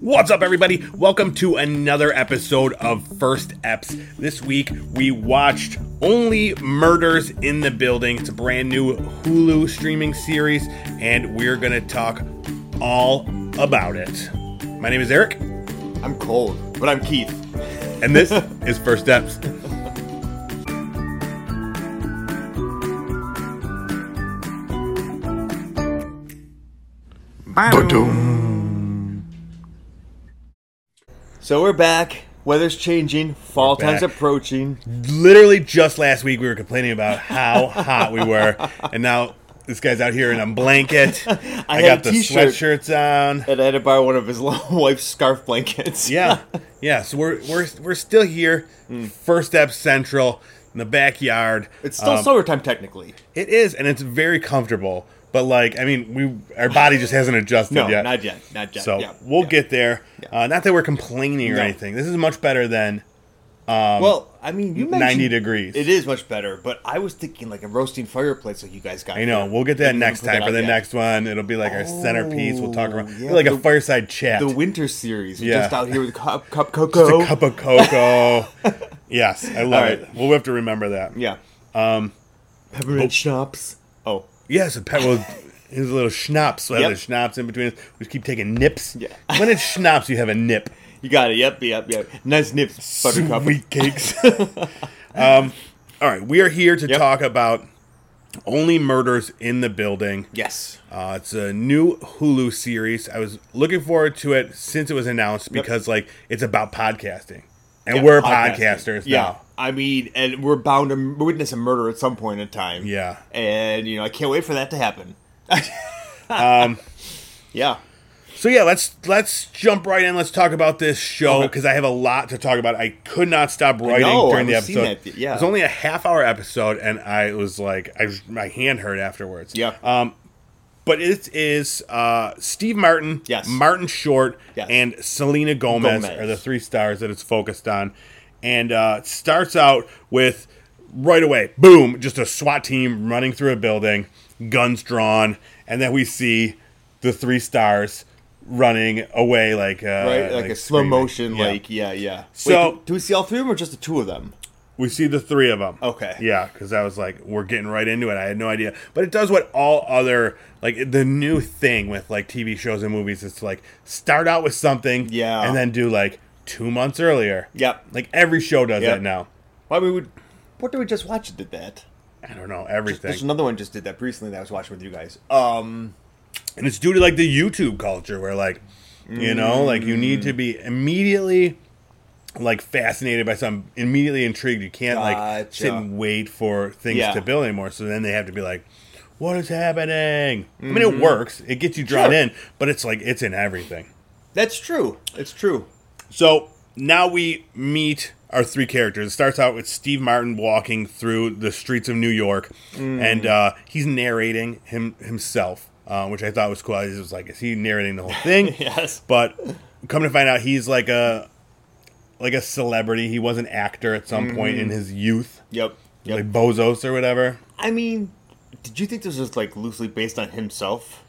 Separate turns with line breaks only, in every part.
What's up, everybody? Welcome to another episode of First Eps. This week we watched Only Murders in the Building. It's a brand new Hulu streaming series, and we're going to talk all about it. My name is Eric,
I'm cold, but I'm Keith.
and this is First Eps.
So we're back. Weather's changing. Fall
We're back.
time's approaching.
Literally just last week we were complaining about how hot we were, and now this guy's out here in a blanket. I,
had
got the
a t-shirt.
sweatshirts on.
And I had to borrow one of his lo- wife's scarf blankets.
Yeah, yeah. So we're we're we're still here. First step central in the backyard.
Hmm. It's still
Um,
summertime, technically.
it is, and it's very comfortable. But like, I mean, we our body just hasn't adjusted
No,
yet.
not yet. Not yet.
So
yeah,
we'll
yeah.
get there.
Yeah.
Uh, not that we're complaining or
No.
anything. This is much better than
well, I mean, you mentioned
90 um, degrees.
It is much better, but I was thinking like a roasting fireplace, like you guys got.
I know. We'll get that next time for the next one. It'll be like our centerpiece. We'll talk around
Oh, yeah,
like a
the-
fireside chat.
The winter series. We're
Yeah.
Just out here with a cup, cup cocoa.
Just a cup of cocoa. yes, I love
All right.
it. We'll have to remember that.
Yeah. Um. Peppermint schnapps. Oh.
Yes, a pet was his little schnapps. So I had
Yep.
the schnapps in between us. We just keep taking nips.
Yeah.
when it's schnapps, you have a nip.
You got it. Yep. Yep. Yep. Nice nips. Buttercup.
Sweet cakes. um, all right, we are here to
Yep.
talk about only murders in the building.
Yes.
Uh, it's a new Hulu series. I was looking forward to it since it was announced because, like, it's about podcasting, and
Yeah,
we're
podcasting.
podcasters
Yeah.
now.
I mean, and we're bound to witness a murder at some point in time.
Yeah.
And, you know, I can't wait for that to happen. um,
Um,
yeah.
So yeah, let's let's jump right in. Let's talk about this show
Okay.
because I have a lot to talk about. I could not stop writing
know,
during
I
the
was seeing
episode.
that, yeah.
It was only a half hour episode, and I was like, I was- my hand hurt afterwards.
Yeah.
Um, but it is uh, Steve Martin,
Yes.
Martin Short,
Yes.
and Selena Gomez,
Gomez.
are the three stars that it's focused on, and uh, it starts out with right away, boom, just a SWAT team running through a building, guns drawn, and then we see the three stars running away like uh,
Right? like, a slow
screaming.
motion,
Yeah.
like, yeah, yeah.
So-
Wait, do, do we see all three of them or just the two of them?
we see the three of them.
Okay.
Yeah, because I was like, we're getting right into it. I had no idea, but it does what all other like the new thing with like TV shows and movies is to like start out with something,
Yeah.
and then do like two months earlier.
Yep.
Like every show does
Yep.
that now.
Why we would. What did we just watch that did that?
I don't know
There's
everything,
another one just did that recently that I was watching with you guys. Um,
and it's due to like the YouTube culture where like you know like you need to be immediately like fascinated by something immediately intrigued you can't like sit
Gotcha.
and wait for things
Yeah.
to build anymore so then they have to be like what is happening i mean it works it gets you drawn
Mm-hmm. Sure.
in but it's like it's in everything
that's true. It's true.
so now we meet our three characters. It starts out with Steve Martin walking through the streets of New York,
Mm.
and uh, he's narrating him himself, uh, which I thought was cool. I was like, is he narrating the whole thing?
Yes.
But come to find out, he's like a like a celebrity. He was an actor at some point in his youth,
Yep. Mm-hmm. Yep.
like Bozos or whatever.
I mean, did you think this was like loosely based on himself?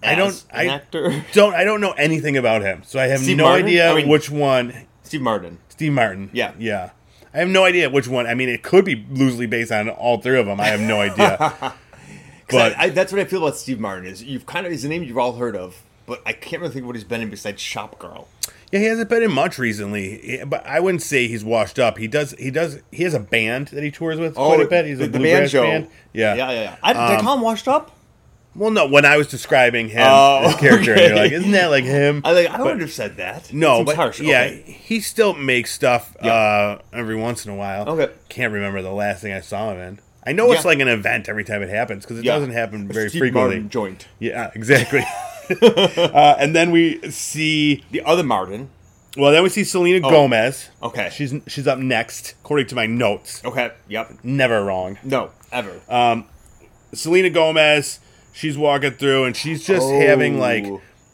I don't-
As an
I-
actor.
Don't I don't know anything about him, so I have
Steve
no
Martin?
idea
I mean-
which one
Steve Martin.
Steve Martin.
Yeah.
Yeah. I have no idea which one. I mean, it could be loosely based on all three of them. I have no idea.
'Cause
but
I, I, that's what I feel about Steve Martin is you've kind of is a name you've all heard of, but I can't really think of what he's been in besides Shop Girl.
yeah, he hasn't been in much recently. He- But I wouldn't say he's washed up. He does. He does. He has a band that he tours with quite a bit. He's a bluegrass band. Yeah.
Oh,
Um,
yeah, yeah. yeah. I, did I call him washed up?
Well, no. When I was describing him,
Oh,
his character, and you're
okay.
like, isn't that like him?
I like I wouldn't have said that.
No,
Seems
but
harsh.
yeah,
Okay.
he still makes stuff
Yeah.
uh, every once in a while.
Okay.
can't remember the last thing I saw him in. I know it's
Yeah.
like an event every time it happens because it
Yeah.
doesn't happen very
Steve
frequently.
Martin joint.
Yeah, exactly. uh, and then we see,
The other Martin.
well, then we see Selena Gomez.
Oh, okay.
she's she's up next, according to my notes.
Okay. Yep.
Never wrong.
No. Ever.
Uh, Selena Gomez. She's walking through, and she's just
Oh.
having like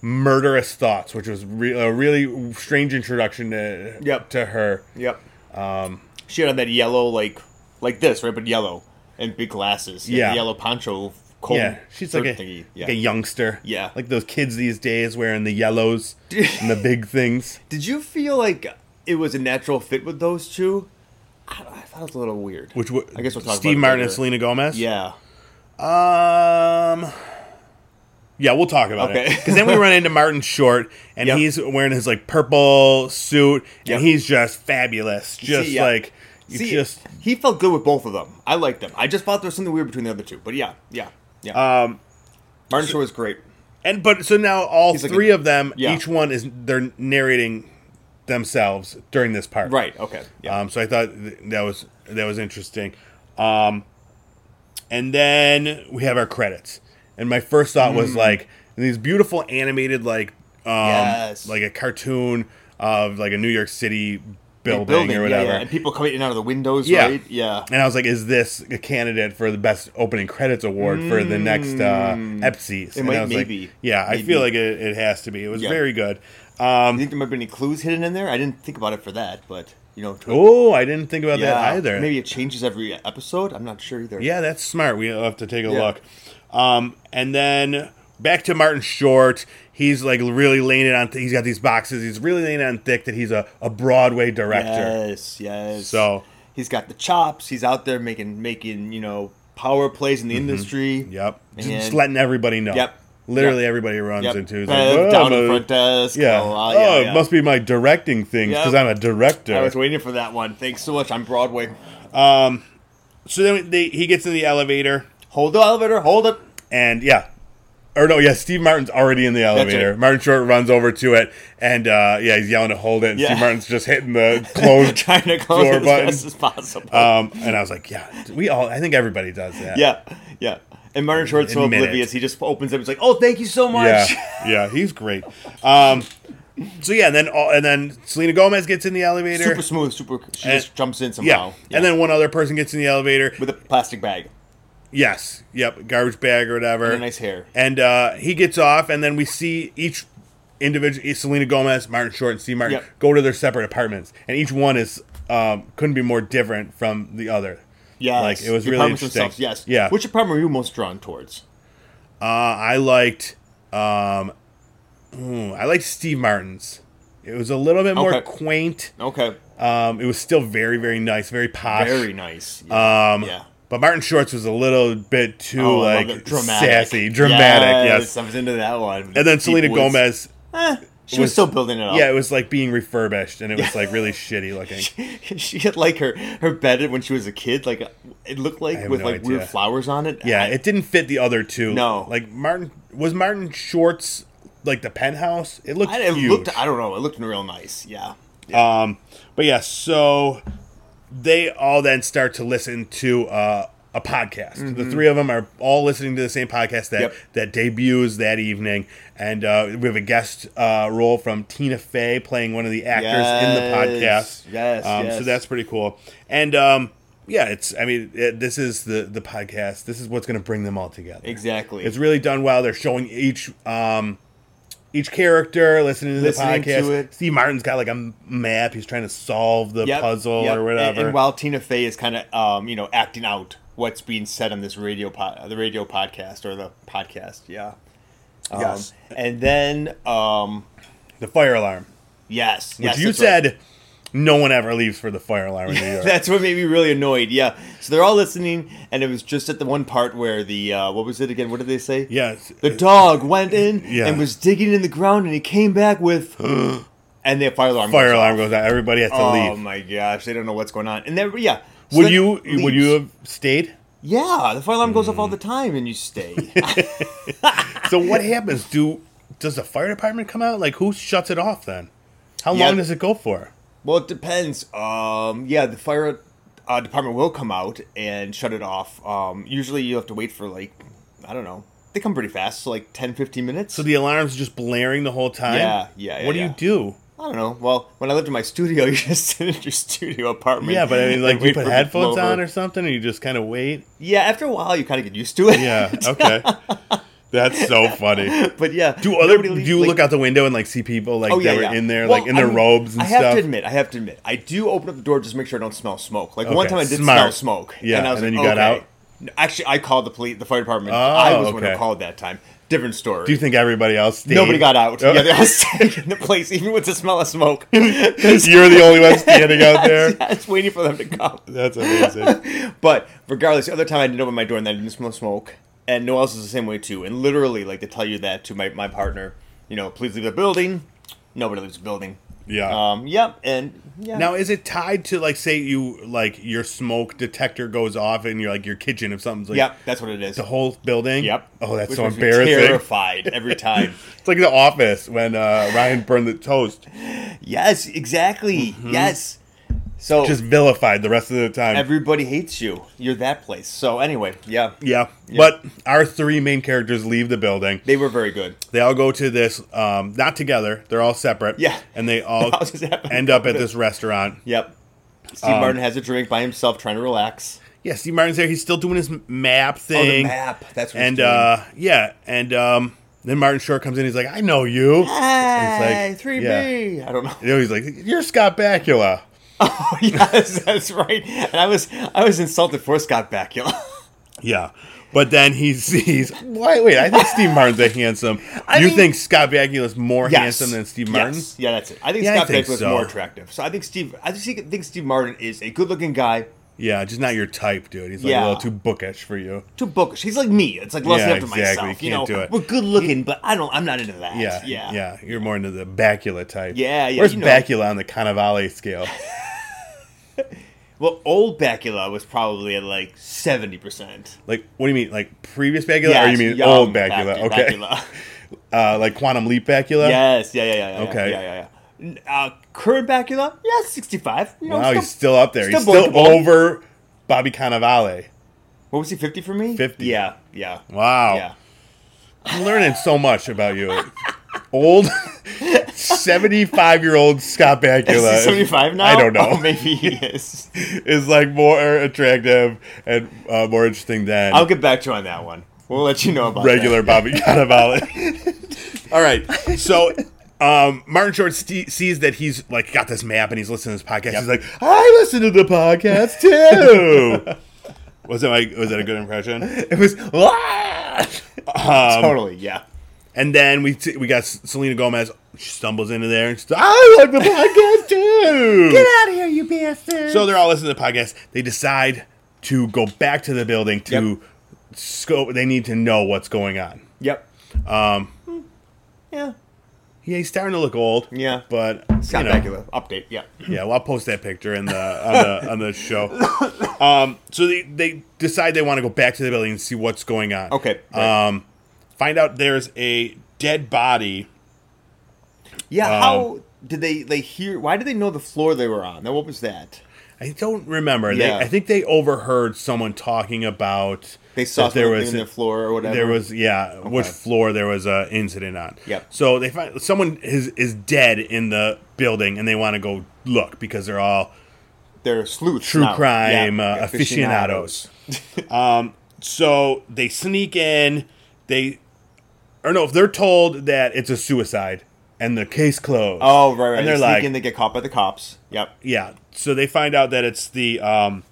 murderous thoughts, which was re- a really strange introduction to
Yep.
to her.
yep. Um, she had on that yellow like like this right, but yellow and big glasses. She had
Yeah.
the Yellow poncho cold.
yeah, she's like a,
shirt thingy. Yeah.
like a youngster.
Yeah.
like those kids these days wearing the yellows and the big things.
Did you feel like it was a natural fit with those two? I, I thought it was a little weird.
Which w-
I guess we'll talk
Steve
about
Martin
it
and
later.
Selena Gomez.
yeah,
Um. Yeah, we'll talk about
Okay.
it because then we run into Martin Short, and
Yep.
he's wearing his like purple suit,
Yep.
and he's just fabulous, just
yeah.
like you
see,
just
he felt good with both of them. I liked them. I just thought there was something weird between the other two. But yeah, yeah, yeah.
um.
Martin Short was great.
And but so now all
He's like
three
a-
of them,
yeah.
each one is they're narrating themselves during this part,
Right. Okay. Yeah.
Um, so I thought th- that was that was interesting. Um, and then we have our credits, and my first thought
Hmm.
was like these beautiful animated like um,
Yes.
like a cartoon of like a New York City building,
Building,
or
yeah, yeah,
whatever.
and people coming in and out of the windows,
Yeah.
right? Yeah.
And I was like, "Is this a candidate for the best opening credits award for the next uh, EPSIs?" And
Hmm. might-
I was like,
maybe.
"Yeah, I
Maybe.
feel like it, it has to be. It was
Yeah.
very good." Um,
You think there might be any clues hidden in there? I didn't think about it for that, but you know, to-
oh, I didn't think about
yeah,
that either.
Maybe it changes every episode. I'm not sure either.
Yeah, that's smart. We'll have to take a
Yeah.
look. Um, and then back to Martin Short. He's like really laying it on. Th- he's got these boxes. He's really laying it on thick that he's a, a Broadway director.
Yes, yes.
So-
he's got the chops. He's out there making making you know power plays in the
Mm-hmm.
industry.
Yep. Just,
And-
just letting everybody know.
Yep.
Literally everybody runs
Yep.
into. is
Uh,
like, "Whoa,
down
I'm
in
a-"
front desk.
Yeah.
Oh,
Oh,
uh, yeah,
it
yeah.
must be my directing things because
Yep.
I'm a director.
I was waiting for that one. Thanks so much. I'm Broadway.
so then they, he gets in the elevator
Hold the elevator. Hold it.
and yeah. Or no, yeah, Steve Martin's already in the elevator.
it.
Martin Short runs over to it, and uh, yeah, he's yelling to hold it. And
Yeah.
Steve Martin's just hitting the closed
Trying to close
Door
it as
button.
fast as possible.
Um, and I was like, yeah, we all. I think everybody does that.
yeah, yeah. And Martin Short's so
Admit it.
oblivious. He just opens up. He's like, "Oh, thank you so
yeah,
much."
yeah. He's great. Um, so yeah, and then all, and then Selena Gomez gets in the elevator.
super smooth. Super. She
And-
just jumps in somehow.
yeah. and then one other person gets in the elevator.
with a plastic bag.
Yes, yep, garbage bag or whatever.
And a nice hair.
And uh, he gets off, and then we see each individual, eh, Selena Gomez, Martin Short, and Steve Martin
Yep.
go to their separate apartments, and each one is um, couldn't be more different from the other.
Yeah,
like it was really interesting.
Yes.
yeah.
Which apartment were you most drawn towards?
Uh, I liked, um, ooh, I liked Steve Martin's. It was a little bit more
Okay.
quaint.
Okay.
Um, it was still very, very nice, very posh.
Very nice. Um. Yeah.
But Martin Short's was a little bit too
Oh, I love
like
it. dramatic.
sassy, dramatic. Yes.
I was into that one.
And then
Deep
Selena
woods.
Gomez,
Eh, she was,
was-
still building it up.
yeah, it was like being refurbished, and it was like really shitty looking.
she had like her her bed when she was a kid. Like it looked like
have
with
no
like weird
idea.
flowers on it.
Yeah,
I-
it didn't fit the other two.
No.
like Martin was Martin Short's like the penthouse. It looked
I, it
huge.
looked. I don't know. It looked real nice. Yeah.
Um, but yeah, so they all then start to listen to uh, a podcast. The three of them are all listening to the same podcast that
Mm-hmm. Yep.
that debuts that evening, and uh, we have a guest uh, role from Tina Fey playing one of the actors in the
Yes,
podcast.
yes,
um, so
yes.
that's pretty cool. And um, yeah, it's I mean it, this is the the podcast. This is what's going to bring them all together.
Exactly.
It's really done well. They're showing each um each character listening to
Listening
the podcast.
to it.
Steve Martin's got like a m- map. He's trying to solve the
Yep,
puzzle or
yep. And-
whatever.
And, while Tina Fey is kind of, um, you know, acting out what's being said on this radio, po- the radio podcast or the podcast, yeah. Um,
Yes.
And then, um,
the fire alarm,
yes,
which
yes,
you
that's right.
said no one ever leaves for the fire alarm in New York.
That's what made me really annoyed. Yeah. So they're all listening, and it was just at the one part where the uh, what was it again? What did they say?
yes,
The dog went in
Yeah.
and was digging in the ground, and he came back with, and the fire alarm.
fire
goes off.
alarm goes out. Everybody has to
Oh
leave.
my gosh! They don't know what's going on, and then yeah. So
would
then
you? Would
leaves.
you have Mm. stayed?
Yeah, the fire alarm goes off all the time, and you stay.
So what happens? Do does the fire department come out? Like who shuts it off then? How
Yeah.
long does it go for?
well, it depends. Um, yeah, the fire uh, department will come out and shut it off. Um, usually, you have to wait for like I don't know. They come pretty fast, so like 10, 15 minutes.
So the alarm's just blaring the whole time.
Yeah, yeah, yeah,
what do
yeah.
you do?
I don't know. Well, when I lived in my studio, you just sit in your studio apartment.
Yeah, but I mean,
and
like,
wait
you put
for it to blow
headphones
over.
on or something, and you just kind of wait.
yeah. After a while, you kind of get used to it.
Yeah. Okay. That's so funny.
but yeah.
Do other
nobody
do
leaves,
you
like-
look out the window and like see people like
Oh yeah,
that were
yeah.
in there,
Well,
like in their
I mean,
robes and
I
stuff?
have to admit, I have to admit, I do open up the door just to make sure I don't smell smoke. Like one
Okay,
time, I did
smart.
smell smoke.
Yeah,
and I was
and then
like,
you got
okay.
out?
Actually, I called the police, the fire department.
Oh,
I was the one who
okay.
called that time. Different story.
Do you think everybody else? Stayed?
Nobody got out.
Oh.
Yeah, they all stayed in the place, even with the smell of smoke.
You're the only one standing out there.
I was waiting for them to come.
That's
Uh,
amazing.
But regardless, the other time I didn't open my door and I didn't smell smoke. And no one else is the same way too. And literally, like they tell you that to my, my partner, you know, please leave the building. Nobody leaves the building.
Yeah.
Um. Yep. And yeah.
now, is it tied to like, say you like your smoke detector goes off in your like your kitchen if something's like
Yep. That's what it is.
the whole building?
Yep.
Oh, that's
Which
so
makes me
embarrassing.
Terrified every time.
It's like The Office when uh, Ryan burned the toast,
yes. Exactly. Yes. So
Mm-hmm. just vilified the rest of the time.
everybody hates you. You're that place. So anyway, yeah.
yeah. But our three main characters leave the building.
They were very good.
They all go to this, um, not together. They're all separate.
Yeah.
And they all
That was just happening.
end up Um, at this restaurant.
Yep. Steve Martin has a drink by himself, trying to relax.
Yeah, Steve Martin's there. He's still doing his map
Oh, the
thing.
map. That's what he's
And
doing.
uh, yeah, and um, then Martin Short comes in. He's like, "I know you."
Hey,
It's like,
3B. I don't know.
You know, he's like, "You're Scott Bakula."
Oh, yes, that's right. And I was I was insulted for Scott Bakula.
Yeah, but then he sees. Wait, wait. I think Steve Martin's a handsome.
I
you
mean-
think Scott Bakula's more
Yes.
handsome than Steve Martin?
Yes. Yeah, that's it. I think
Yeah, I
Scott
think
Bakula is
so.
more attractive. So I think Steve I just think Steve Martin is a good-looking guy.
Yeah, just not your type, dude. He's like a
Yeah.
little too bookish for you.
Too bookish. He's like me. It's like lusting
Yeah,
up to
exactly.
myself. You
Can't
know,
do it.
we're good looking, but I don't. I'm not into that.
Yeah,
yeah,
yeah. You're more into the Bakula type.
Yeah, yeah,
Where's
you know.
Bakula on the Cannavale scale?
Well, old Bakula was probably at like seventy percent.
Like, what do you mean? Like previous Bakula, or you mean old Bakula? okay, Uh, like Quantum Leap Bakula.
yes. Yeah. Yeah. Yeah. yeah,
Okay.
Yeah. Yeah. yeah. N- Uh, current Bakula, yeah, sixty-five. You know,
Wow,
still-
he's still up there.
still
he's still
bookable.
over Bobby Cannavale.
What was he? Fifty for me.
50.
Yeah, yeah,
Wow.
yeah.
I'm learning so much about you. Old 75 year old Scott
Is he
Bakula
seventy-five now?
I don't know.
Oh, maybe he is.
is like more attractive and uh, more interesting than
I'll get back to you on that one. We'll let you know about
regular Bobby Cannavale. All right. So. Um, Martin Short ste sees that he's like got this map and he's listening to this podcast. He's like, "I listen to the podcast too." was that my, was that a good impression?
That. It was
"Ah!" um,
totally yeah.
And then we t- we got S- Selena Gomez. She stumbles into there. And she's like, I like the podcast too.
out of here, you bastard!
so they're all listening to the podcast. They decide to go back to the building to scope. They need to know what's going on.
yep. Um. Yeah.
Yeah, he's starting to look old.
Yeah.
but
Scott
you know,
Bakula update. Yeah.
yeah, well, I'll post that picture in the on the, on the show. Um, so they they decide they want to go back to the building and see what's going on.
Okay.
Um, find out there's a dead body.
Yeah,
Um,
how did they they hear? Why did they know the floor they were on? Now, what was that?
I don't remember. They-
Yeah.
I think they overheard someone talking about
They saw
that there
something
was
in the floor or whatever.
there was yeah which floor there was a incident on.
Yep.
So they find someone is is dead in the building and they want to go look because they're all
they're sleuths.
true
now.
crime
Yeah,
uh, aficionados. um, so they sneak in. They or no, they're told that it's a suicide and the case closed.
Oh right, right.
And
they
they're
sneak
like,
in, they get caught by the cops. Yep.
Yeah. So they find out that it's the um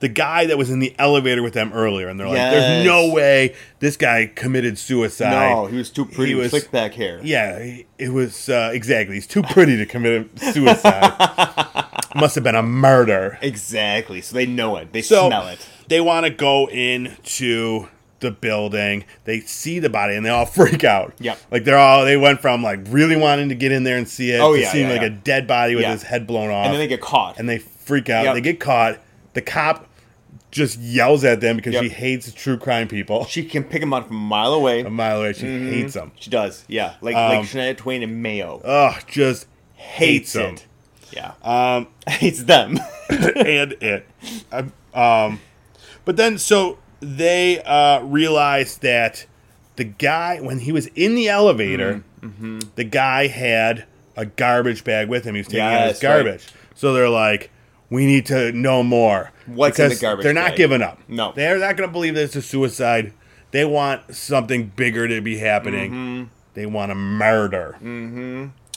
the guy that was in the elevator with them earlier, and they're like, "There's
Yes.
no way this guy committed suicide."
No, he was too pretty.
He
with
was-
slick back hair.
Yeah, he- it was uh, exactly. He's too pretty to commit a suicide. Must have been a murder.
Exactly. So they know it. They
So
smell it.
they want to go into the building. They see the body and they all freak out.
Yep.
Like they're all they went from like really wanting to get in there and see it
Oh,
to
yeah,
seeing
yeah,
like
yeah.
a dead body with
Yeah.
his head blown off
And then they get caught.
and they freak out.
Yep.
They get caught. The cop just yells at them because
Yep.
she hates true crime people.
she can pick him up from a mile away.
A mile away, she
Mm-hmm.
hates them.
She does. Yeah, like
Um,
like Shania Twain and Mayo
Ugh, just hates, them.
it. Yeah,
Um,
hates them.
and it. Um, um, but then, so they uh, realized that the guy, when he was in the elevator,
Mm, mm-hmm.
the guy had a garbage bag with him. He was taking out his
Yes, right.
garbage. So they're like, we need to know more.
What's in the
Because
garbage
They're not
bag?
giving up.
No.
They're not going to believe that it's a suicide. They want something bigger to be happening.
Mm-hmm.
They want a murder.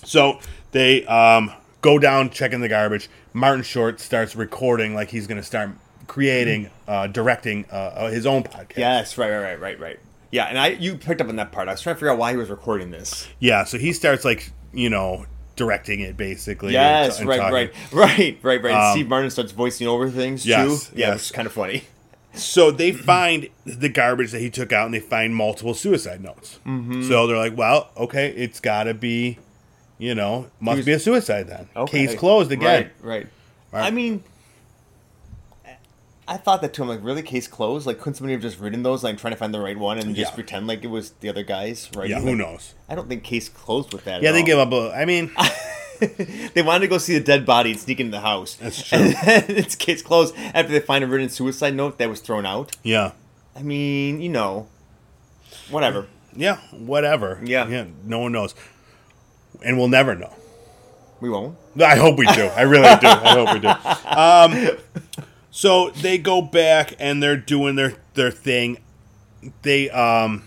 So they um, go down checking the garbage. Martin Short starts recording like he's going to start creating, uh, directing uh, uh, his own podcast.
Yes, right, right, right, right, right. Yeah, and I you picked up on that part. I was trying to figure out why he was recording this.
Yeah, so he starts like you know directing it basically.
Yes,
and- and
right,
talking. Um,
right, right, right, right. Steve Martin starts voicing over things
Yes,
too. Yeah,
yes.
which is kind of funny.
So they find the garbage that he took out, and they find multiple suicide notes.
Mm-hmm.
So they're like, "Well, okay, it's got to be, you know, must
was-
be a suicide then.
Okay.
Case closed again."
Right, right.
Right.
I mean, I thought that too. I'm like, really, case closed? Like, couldn't somebody have just written those, like, trying to find the right one and just
Yeah.
pretend like it was the other guy's? Right?
Yeah,
Like,
who knows?
I don't think case closed with that.
Yeah,
at
they
all.
give up. A, I mean,
they wanted to go see the dead body and sneak into the house.
That's true.
And then it's case closed after they find a written suicide note that was thrown out.
yeah,
I mean, you know, whatever.
yeah, whatever.
Yeah.
yeah. No one knows, and we'll never know.
We won't.
I hope we do. I really do. I hope we do. Um, so they go back and they're doing their their thing. They um,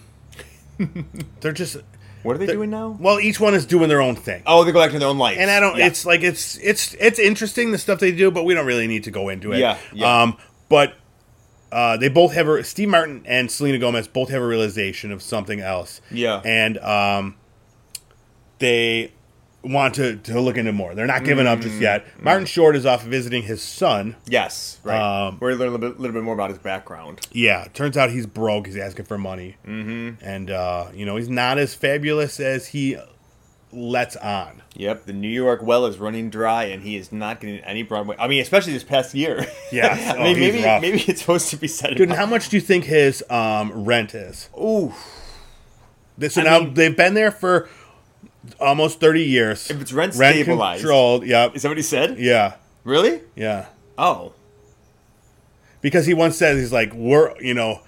they're just
What are they doing now?
well, each one is doing their own thing.
Oh, they go back to their own life.
And I don't.
Yeah.
It's like it's it's it's interesting the stuff they do, but we don't really need to go into it.
Yeah, yeah.
Um, but uh, they both have a Steve Martin and Selena Gomez both have a realization of something else.
Yeah.
And um, they want to to look into more. They're not giving up
Mm.
just yet. Martin Short is off visiting his son.
yes, right.
Um,
We're gonna learn a little bit, little bit more about his background.
Yeah. Turns out he's broke. He's asking for money, mm-hmm. and uh, you know he's not as fabulous as he lets on.
Yep, the New York well is running dry, and he is not getting any Broadway. I mean, especially this past year.
Yes.
I mean,
Oh, he's
maybe
rough.
maybe it's supposed to be set.
Dude, and
up.
how much do you think his um, rent is?
Ooh,
They- So now they've been there for almost thirty years.
If it's rent stabilized.
controlled, yep,
is that what he said?
yeah,
Really?
yeah.
Oh,
Because he once says he's like, we're you know,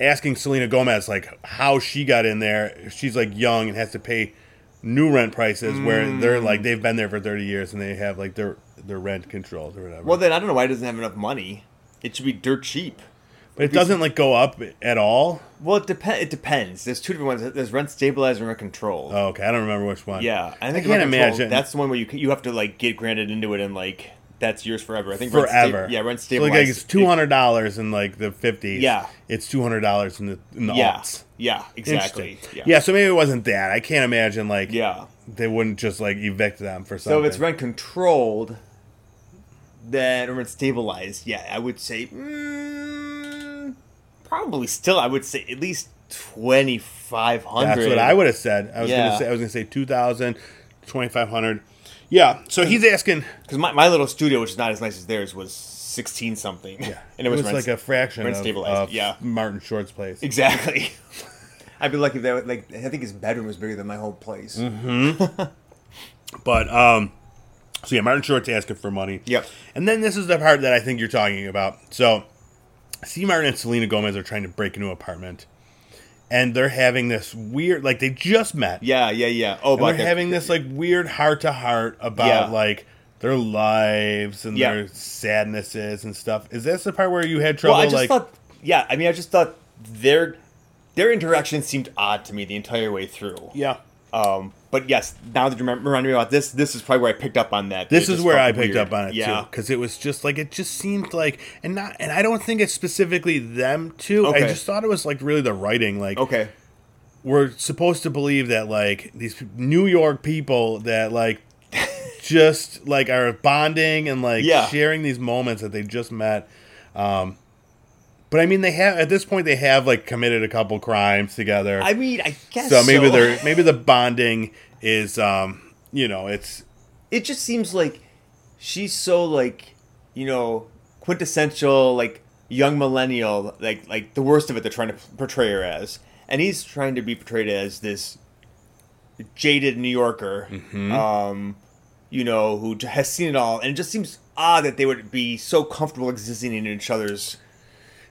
asking Selena Gomez like how she got in there. She's like young and has to pay new rent prices where
Mm.
they're like they've been there for thirty years and they have like their their rent controlled or whatever.
well then I don't know why he doesn't have enough money. It should be dirt cheap.
but it doesn't like go up at all.
Well, it depends. It depends. There's two different ones. There's rent stabilized and rent controlled.
Oh, okay, I don't remember which one.
yeah, I think
can't
rent controlled,
imagine.
That's the one where you you have to like get granted into it and like that's yours forever. I think rent sta-
forever.
yeah, rent
So, like,
stabilized.
it's two hundred dollars in like the fifties.
Yeah.
it's two hundred dollars in the in the
Yeah,
aughts.
yeah, exactly.
Interesting. Yeah. so maybe it wasn't that. I can't imagine like
yeah.
they wouldn't just like evict them for something.
So if it's rent controlled, then or rent stabilized, yeah, I would say mm, probably still. I would say at least twenty five hundred.
That's what I would have said. I was
Yeah.
gonna say I was gonna say 2,000, 2,500. Yeah. So he's asking.
Because my, my little studio, which is not as nice as theirs, was sixteen something.
Yeah,
and it was,
like
rent,
a fraction
rent
of,
stabilized,
of
yeah.
Martin Short's place.
exactly. I'd be lucky if that like I think his bedroom was bigger than my whole place.
Mm. But um, so yeah, Martin Short's asking for money.
Yep.
And then this is the part that I think you're talking about. So, C. Martin and Selena Gomez are trying to break into an apartment, and they're having this weird, like they just met.
Yeah, yeah, yeah. Oh,
And
but
they're having this like weird heart to heart about
Yeah.
like their lives and
Yeah.
their sadnesses and stuff. Is this the part where you had
Well,
trouble?
I just
like,
thought. Yeah, I mean, I just thought their their interaction seemed odd to me the entire way through.
yeah.
Um, but yes, now that you remem- remind me about this, this is probably where I picked up on that.
This
It
is
just
where
felt
I picked
weird.
up on it
yeah.
too, because it was just like it just seemed like, and not, and I don't think it's specifically them too. I
Okay.
just thought it was like really the writing, like
Okay.
we're supposed to believe that like these New York people that like just like are bonding and like
Yeah.
sharing these moments that they just met. Um, but I mean, they have at this point they have like committed a couple crimes together,
I mean, I guess
so maybe they're maybe the bonding is um you know it's
It just seems like she's so like you know quintessential like young millennial like like the worst of it. They're trying to portray her as, and he's trying to be portrayed as this jaded New Yorker,
Mm-hmm.
um, you know, who j- has seen it all, and it just seems odd that they would be so comfortable existing in each other's.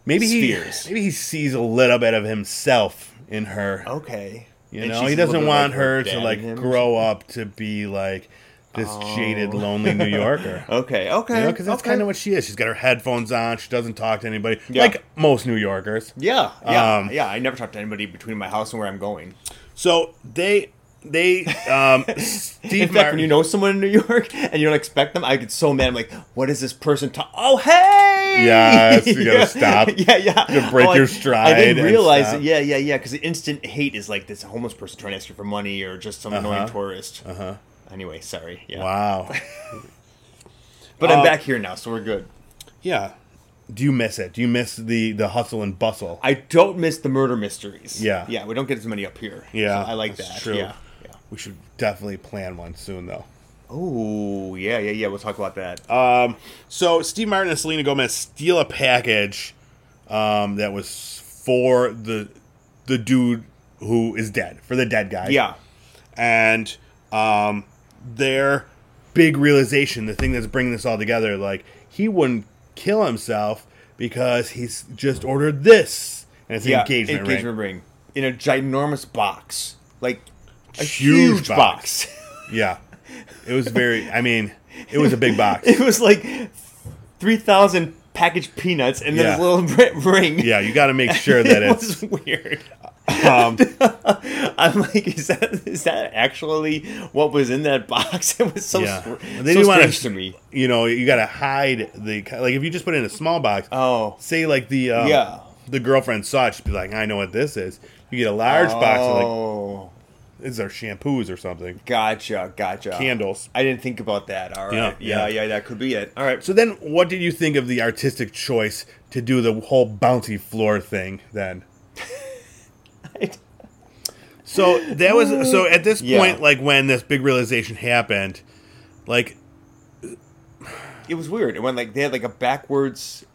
maybe
Spheres.
he maybe he sees a little bit of himself in her.
Okay.
You
Oh, And
know,
she's
he
a little
doesn't
bit like
want her to
dad
like
in him. Oh.
grow up to be like this jaded, lonely New Yorker.
Okay. Okay.
You know, because that's
okay.
kind of what she is. She's got her headphones on. She doesn't talk to anybody,
Yeah.
like most New Yorkers.
Yeah, yeah,
Um,
yeah. I never talk to anybody between my house and where I'm going.
So they, they, um,
In
Steve
fact, when
Martin.
you know someone in New York and you don't expect them, I get so mad. I'm like, "What is this person? Ta- oh, hey!"
Yes, you gotta stop.
yeah, yeah. Oh,
You gotta break your
I- I
stride
didn't
and
realize
stop.
it. Yeah, yeah, yeah. Because instant hate is like this homeless person trying to ask you for money or just some annoying
Uh-huh.
tourist.
Uh huh.
Anyway, sorry. Yeah.
Wow.
But I'm
Uh,
back here now, so we're good.
Yeah. Do you miss it? Do you miss the the hustle and bustle?
I don't miss the murder mysteries.
Yeah.
Yeah, we don't get as many up here.
Yeah,
So I like
that's
that.
true.
Yeah. yeah.
we should definitely plan one soon, though.
Oh, yeah, yeah, yeah. We'll talk about that.
Um, so Steve Martin and Selena Gomez steal a package um, that was for the the dude who is dead, for the dead guy.
yeah.
and um, their big realization, the thing that's bringing this all together, like he wouldn't kill himself because he's just ordered this, and it's an
yeah.
engagement,
engagement ring. in a ginormous box, like a
Huge
huge,
box.
box.
ring. Yeah, it was very. I mean, it was a big box.
it was like three thousand packaged peanuts and then
Yeah.
a little r- ring.
Yeah, you got to make sure that
it
it's.
was weird.
Um,
I'm like, is that is that actually what was in that box? It was so,
Yeah.
str-
They
so
didn't wanna-
strange to me.
you know, you got to hide the like if you just put it in a small box.
Oh,
say like the um,
Yeah.
the girlfriend saw it, she'd be like, I know what this is. You get a large box of like
Oh,
these are shampoos or something,
gotcha, gotcha.
candles.
I didn't think about that. All right.
Yeah,
Yeah,
yeah.
yeah, that could be it. All right.
So then, what did you think of the artistic choice to do the whole bouncy floor thing? Then, so that was so at this
Yeah.
point, like when this big realization happened, like
It was weird. It went like they had like a backwards.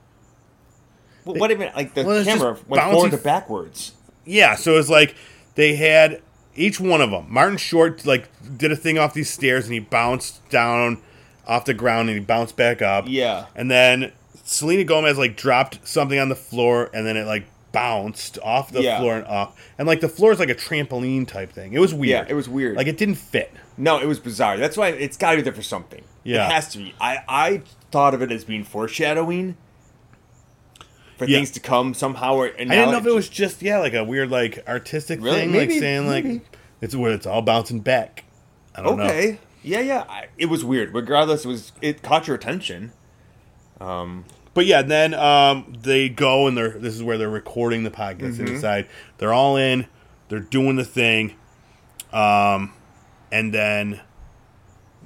What, what even like the
Well, it's
camera
just
went
bouncy-
forward to backwards.
yeah, so it's like they had each one of them. Martin Short like did a thing off these stairs and he bounced down off the ground and he bounced back up.
Yeah.
And then Selena Gomez like dropped something on the floor and then it like bounced off the
Yeah.
floor and up. And like the floor is like a trampoline type thing. It was weird.
Yeah, it was weird.
Like it didn't fit.
No, it was bizarre. That's why it's got to be there for something.
Yeah.
It has to be. I, I thought of it as being foreshadowing for
Yeah.
things to come somehow. Or, and
I
now
didn't know if it was just yeah, like a weird like artistic
Really?
thing, like
Maybe-
saying like
maybe.
it's where it's all bouncing back. I don't
Okay. Yeah, yeah. I, it was weird. Regardless, it was it caught your attention.
know. But yeah, then um, they go and they're this is where they're recording the podcast.
Mm-hmm.
They decide they're all in, they're doing the thing, um, and then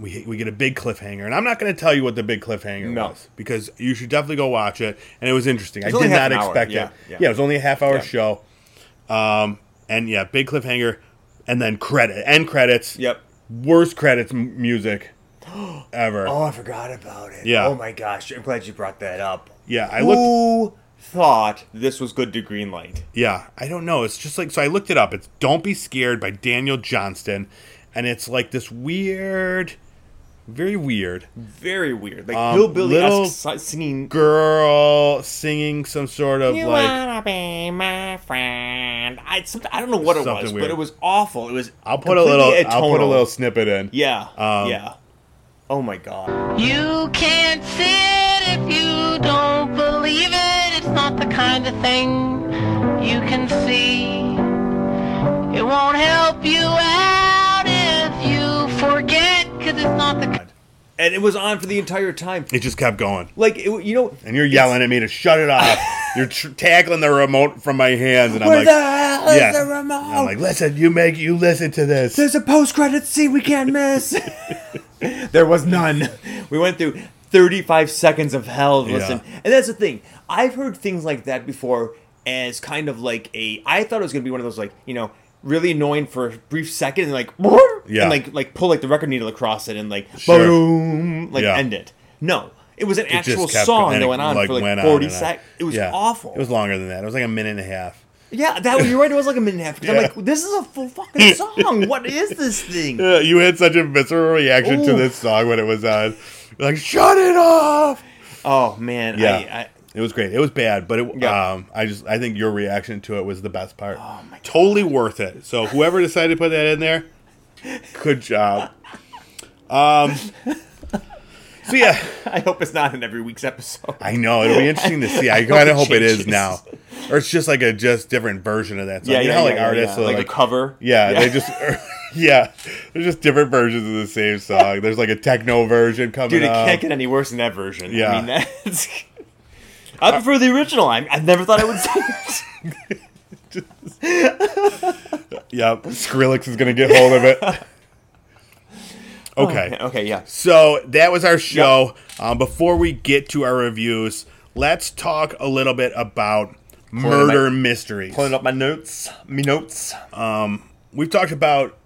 we we get a big cliffhanger. And I'm not going to tell you what the big cliffhanger
No.
was because you should definitely go watch it. And it was interesting. I
was only
did
half
not
an hour.
expect
Yeah,
it.
yeah.
it was only a half hour
Yeah.
show, um, and yeah, big cliffhanger, and then credit end credits.
Yep.
worst credits m- music ever.
Oh, I forgot about it.
Yeah.
Oh my gosh, I'm glad you brought that up.
Yeah, I looked.
Who thought this was good to green light?
Yeah, I don't know. It's just like so. I looked it up. It's "Don't Be Scared" by Daniel Johnston, and it's like this weird, very weird
Very weird. Like
Um,
hillbilly
little
esque singing.
girl singing some sort of
You
like.
wanna be my friend?
I, something, I don't know what it
Something
was,
weird.
but it was awful. It was.
I'll put a little.
completely
I'll put a
atonal.
little snippet in.
Yeah.
Um,
yeah. Oh my god.
You can't see it if you don't believe it. It's not the kind of thing you can see. It won't help you out if you forget, cause it's not the
And it was on for the entire time.
It just kept going,
Like it, you know.
and you're yelling at me to shut it off. you're tr- tackling the remote from my hands, and I'm
Where
like,
the hell is
yeah.
the
And
remote?
I'm like, listen, you make you listen to this.
There's a post-credit scene we can't miss. there was none. We went through 35 seconds of hell. of
Yeah.
Listen, and that's the thing. I've heard things like that before as kind of like a. I thought it was gonna be one of those like you know really annoying for a brief second and like
Yeah.
and like like pull like the record needle across it and like
Sure.
boom like
Yeah.
end it. No, it was an
It just
actual
kept going,
song that
and it,
went on for like
went on
40
and on.
seconds. It was
Yeah.
awful.
It was longer than that. It was like a minute and a half.
yeah, that was, you're right. It was like a minute and a half. Because
Yeah.
I'm like, this is a full fucking song. what is this thing?
Yeah, you had such a visceral reaction to
Ooh.
this song when it was on. You're like, shut it off.
Oh man,
Yeah,
I, I,
it was great. It was bad, but it,
Yeah. Oh
um, I just I think your reaction to it was the best part. totally worth it. So whoever decided to put that in there, good job. Um, so yeah,
I hope it's not in every week's episode.
I know it'll be interesting to see. I,
hope
kind
it
of hope it is
changes.
now, or it's just like a just different version of that song. you know, how, like artists will,
like,
like
a cover.
Yeah, they just yeah, they're just different versions of the same song. There's like a techno version coming
dude, it
up.
can't get any worse than that version.
Yeah.
I mean, that's I prefer the original. I, I've never thought I would say it.
Yep, Skrillex is gonna get hold of it. Okay.
Okay, yeah.
So that was our show. Um, before we get to our reviews, let's talk a little bit about murder mysteries. Um,
Pulling up my notes, me notes,
We've talked about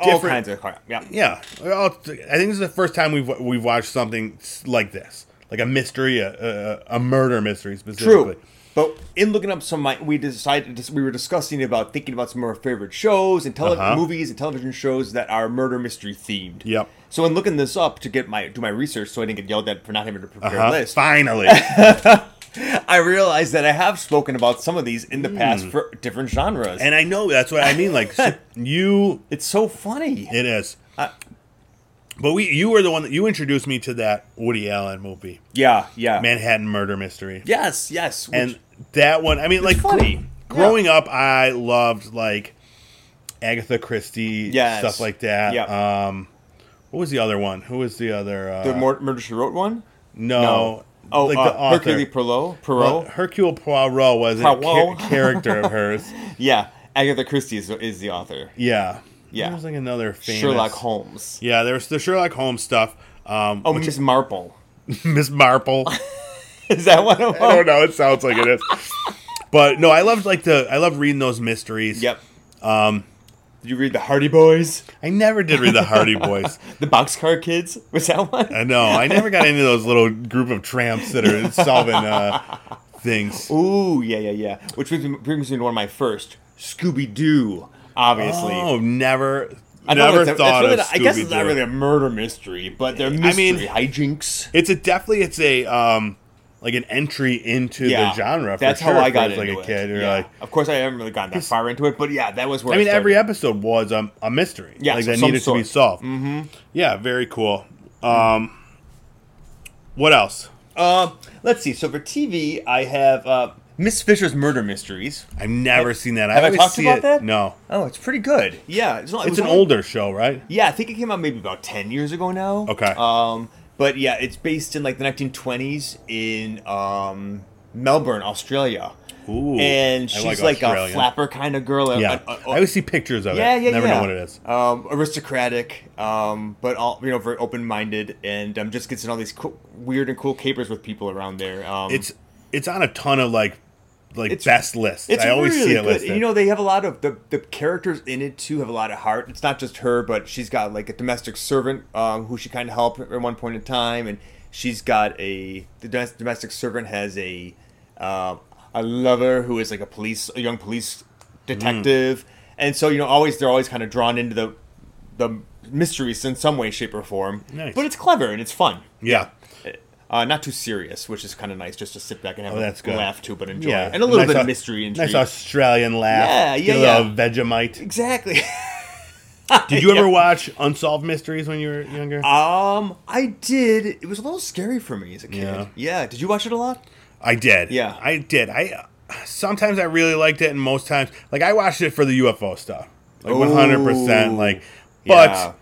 all
different-
kinds of crap. Yeah.
yeah. well, I think this is the first time we've we've watched something s- like this, like a mystery, a, a, a murder mystery specifically.
True. But in looking up some, of my, we decided we were discussing about thinking about some of our favorite shows and tele-
Uh-huh.
movies and television shows that are murder mystery themed.
Yep.
So in looking this up to get my do my research, so I didn't get yelled at for not having to prepare
Uh-huh.
a list,
Finally.
I realized that I have spoken about some of these in the past for different genres, Hmm.
and
and
I know that's what I mean. Like s- you,
it's so funny.
it is.
I-
but we, you were the one that you introduced me to that Woody Allen movie,
yeah, yeah,
Manhattan Murder Mystery.
Yes, yes. which-
and that one, I mean, like gr-
funny.
growing up, I loved like Agatha Christie
Yes.
stuff like that.
Yep.
Um, what was the other one? Who was the other? Uh,
the Mur- Murder She Wrote one.
no,
Oh,
like
uh,
the author.
Hercule Poirot. Poirot.
Well, Hercule Poirot was a cha-
Poirot.
character of hers.
yeah, Agatha Christie is, is the author.
Yeah.
Yeah.
There was like another famous
Sherlock Holmes.
Yeah, there was the Sherlock Holmes stuff. Um,
Oh,
which-
Miss Marple.
Miss Marple.
Is that one of them?
I don't know. It sounds like it is. But no, I loved like the I loved reading those mysteries.
Yep. Um, Did you read the Hardy Boys,
I never did read the Hardy Boys.
the Boxcar Kids? Was that one?
I know. I never got into those little group of tramps that are solving uh, things.
Ooh, yeah, yeah, yeah. Which brings me, brings me to one of my first Scooby Doo. Obviously,
Oh, never,
I know
never
it's a- it's
thought
really
of.
not- I guess it's not
Scooby-Doo.
really a murder mystery, but they're
I mean-
mystery hijinks.
It's a definitely it's a um like an entry into the genre. For
That's
sure,
how I
for
got
as,
into
like a
it.
kid. You're
Yeah.
like,
of course, I haven't really gotten that far into it, but yeah, that was where
I mean, every
started.
episode was um, a mystery.
Yeah,
like
so-
that
some
needed to be
sort.
solved. Mm-hmm. Yeah, very cool. Um, what else?
Um, let's see. So for TV, I have uh, Miss Fisher's Murder Mysteries.
I've never seen that.
have I
always
talked
see
about
it.
that?
No,
Oh, it's pretty good. Yeah, it's, not,
it's
it was
an
only-
older show, right?
Yeah, I think it came out maybe about ten years ago now.
Okay.
Um, but yeah, it's based in like the 1920s in um, Melbourne, Australia.
Ooh, I
and she's like, a
Australian.
flapper kind of girl. a-
Yeah,
a- a-
I always see pictures of
yeah,
it.
yeah,
Never
yeah.
know what it is.
Um, aristocratic, um, but all you know, very open-minded, and um, just gets in all these cool, weird and cool capers with people around there. Um,
It's it's on a ton of like like
It's-
best lists.
It's
I always
really
see it
good.
listed.
You know, they have a lot of the, the characters in it too have a lot of heart. It's not just her, but she's got like a domestic servant um, who she kind of helped at one point in time, and she's got a the domes- domestic servant has a uh, a lover who is like a police a young police detective,
Mm.
and so you know always they're always kind of drawn into the the mysteries in some way, shape, or form.
Nice.
But it's clever and it's fun.
yeah.
Uh, not too serious, which is kind of nice, just to sit back and have
Oh, that's
a
good.
laugh too, but enjoy,
Yeah,
and a little
nice
bit
Au-
of mystery and
Nice Australian laugh.
Yeah,
Get
yeah,
a little Vegemite.
Exactly.
Did you ever
Yeah.
watch Unsolved Mysteries when you were younger?
Um, I did. It was a little scary for me as a kid.
Yeah.
Yeah. Did you watch it a lot?
I did.
Yeah.
I did. I sometimes I really liked it, and most times, like I watched it for the UFO stuff, like one hundred percent.
Ooh.
Like, but
Yeah.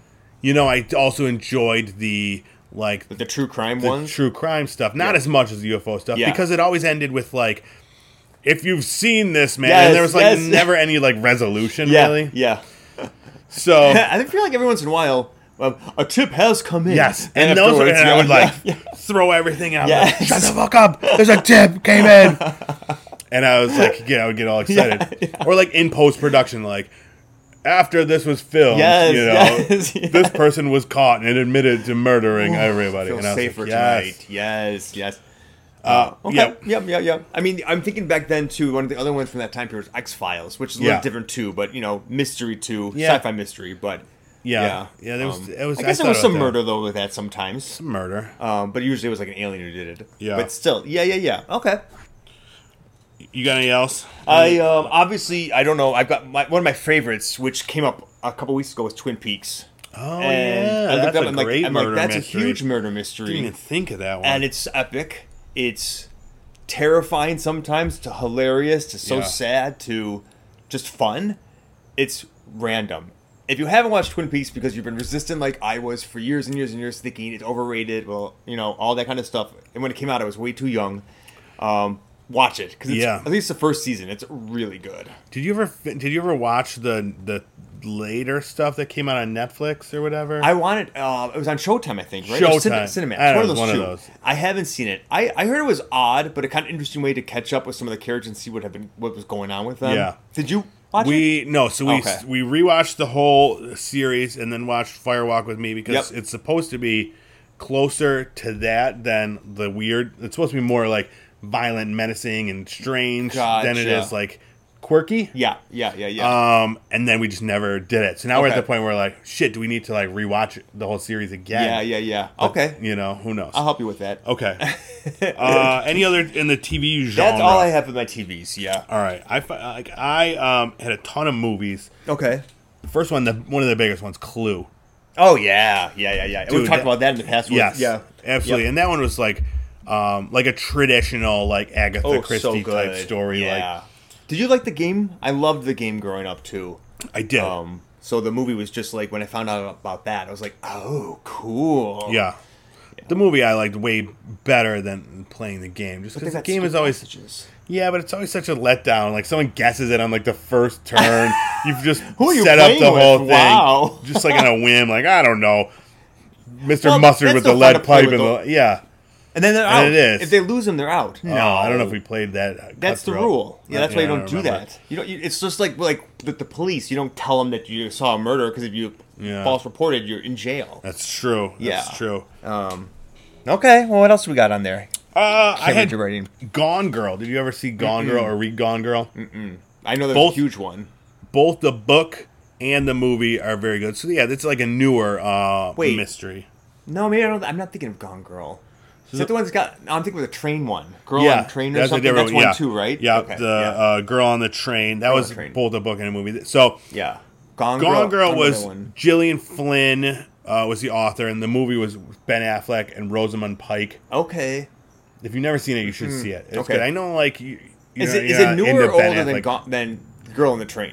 you know, I also enjoyed the like
The true crime
the
ones.
true crime stuff, not
Yeah.
as much as the UFO stuff,
Yeah.
because it always ended with like, if you've seen this man,
Yes,
and there was like
yes.
never any like resolution
yeah.
really.
Yeah.
So
I feel like every once in a while, um, a tip has come in.
yes, and, those were,
afterwards,
and I
yeah,
would like
yeah,
throw everything out. like,
Yes.
Shut the fuck up! There's a tip came in, and I was like, yeah, I would get all excited, or like in post production, like. After this was filmed,
Yes,
you know,
yes, yes.
this person was caught and admitted to murdering everybody.
Feel
and I was
safer
like, yes.
tonight. Yes. Yes.
Uh,
Okay.
yep.
Yep. Yep. Yep. I mean, I'm thinking back then too. One of the other ones from that time period was X Files, which is a little
Yeah.
different too, but you know, mystery too,
Yeah.
sci-fi mystery. But
Yeah. Yeah, there was- it was-
Um, I
I
guess
thought
there was
about
some
that.
murder though with that sometimes.
murder.
Um, but usually it was like an alien who did it.
Yeah.
But still, yeah, yeah, yeah. Okay.
You got any else?
I um, obviously I don't know. I've got my, one of my favorites, which came up a couple weeks ago, was Twin Peaks.
oh
And
yeah,
I looked
that's
up.
a
I'm like,
great
I'm like,
murder
that's
mystery.
a huge murder
Didn't even
mystery,
think of that one.
and it's epic. It's terrifying sometimes, to hilarious, to so
Yeah.
sad, to just fun. It's random. If you haven't watched Twin Peaks because you've been resistant like I was for years and years and years, thinking it's overrated, well, you know, all that kind of stuff. And when it came out, I was way too young. Um, watch it because
Yeah.
at least the first season, it's really good.
Did you ever fi- did you ever watch the the later stuff that came out on Netflix or whatever?
I wanted. Uh, it was on Showtime, I think. Right?
Showtime.
Cinemax.
I don't
one
know,
of those
one of
two.
those.
I haven't seen it. I, I heard it was odd, but a kind of interesting way to catch up with some of the characters and see what had been what was going on with them.
Yeah.
Did you watch it?
we no, so we
Okay.
we rewatched the whole series and then watched Firewalk with Me because
Yep.
it's supposed to be closer to that than the weird. It's supposed to be more like violent, menacing, and strange than it
Gotcha.
is like quirky.
Yeah, yeah, yeah, yeah.
Um, and then we just never did it. So now we're at
Okay.
the point where like, shit, do we need to like rewatch it- the whole series again?
yeah, yeah, yeah.
But, Oh,
Okay,
You know, who knows?
I'll help you with that.
Okay. uh, any other in the TV genre?
That's all I have in my TVs. Yeah.
All right. I fi- like I um had a ton of movies.
Okay.
The first one, the one of the biggest ones, Clue.
Oh yeah, yeah, yeah, yeah.
Dude,
We've talked
that-
about that in the past. with-
Yes.
Yeah.
Absolutely.
Yep.
And that one was like, um, like a traditional like Agatha
Oh,
Christie
so good.
type story.
Yeah. Did you like the game? I loved the game growing up too.
Like I did.
Um. So the movie was just like when I found out about that, I was like, oh, cool.
yeah. The movie I liked way better than playing the game, just because the game is always yeah, but it's always such a letdown. Like someone guesses it on like the first turn, you've just
Who are you
set up
playing
the
with?
whole thing,
Wow.
just like on a whim. Like I don't know, Mister
Well,
Mustard
that's
with
no
the
fun to
lead
play
pipe
with
and the
though.
yeah.
And then they're out.
And it is.
If they lose them, they're out.
No, I don't know if we played that. uh,
Oh. That's the
cutthroat.
rule. Yeah, that's why you
I
don't, do
remember.
that. You don't. You, it's just like like with the police. You don't tell them that you saw a murder because if you
Yeah.
false reported, you're in jail.
That's true. That's
Yeah.
true.
Um. Okay. Well, what else we got on there?
Uh, I
Can't
had
read your writing.
Gone Girl. Did you ever see Gone Girl or read Gone Girl?
Mm. I know there's
Both-
a huge one.
Both the book and the movie are very good. So yeah, it's like a newer uh,
Wait.
mystery.
No, maybe I don't. I'm not thinking of Gone Girl. Is that the one that's got? No, I'm thinking of the train one. Girl
yeah,
on train or
that's a
something.
different
that's one
yeah.
too, right?
Yeah,
Okay,
the
yeah.
Uh, girl on the train. That
Girl on
was
the Train.
both a book and a movie. So
yeah. Gone,
Gone Girl,
I remember
was
that one.
Gillian Flynn uh, was the author, and the movie was Ben Affleck and Rosamund Pike.
okay.
If you've never seen it, you should see it. It's
Hmm. okay.
good. I know, like, you, you
Is
know,
it is
you're
it
not
newer
into
or
Ben
older than
Affleck.
Gone, than Girl on the Train?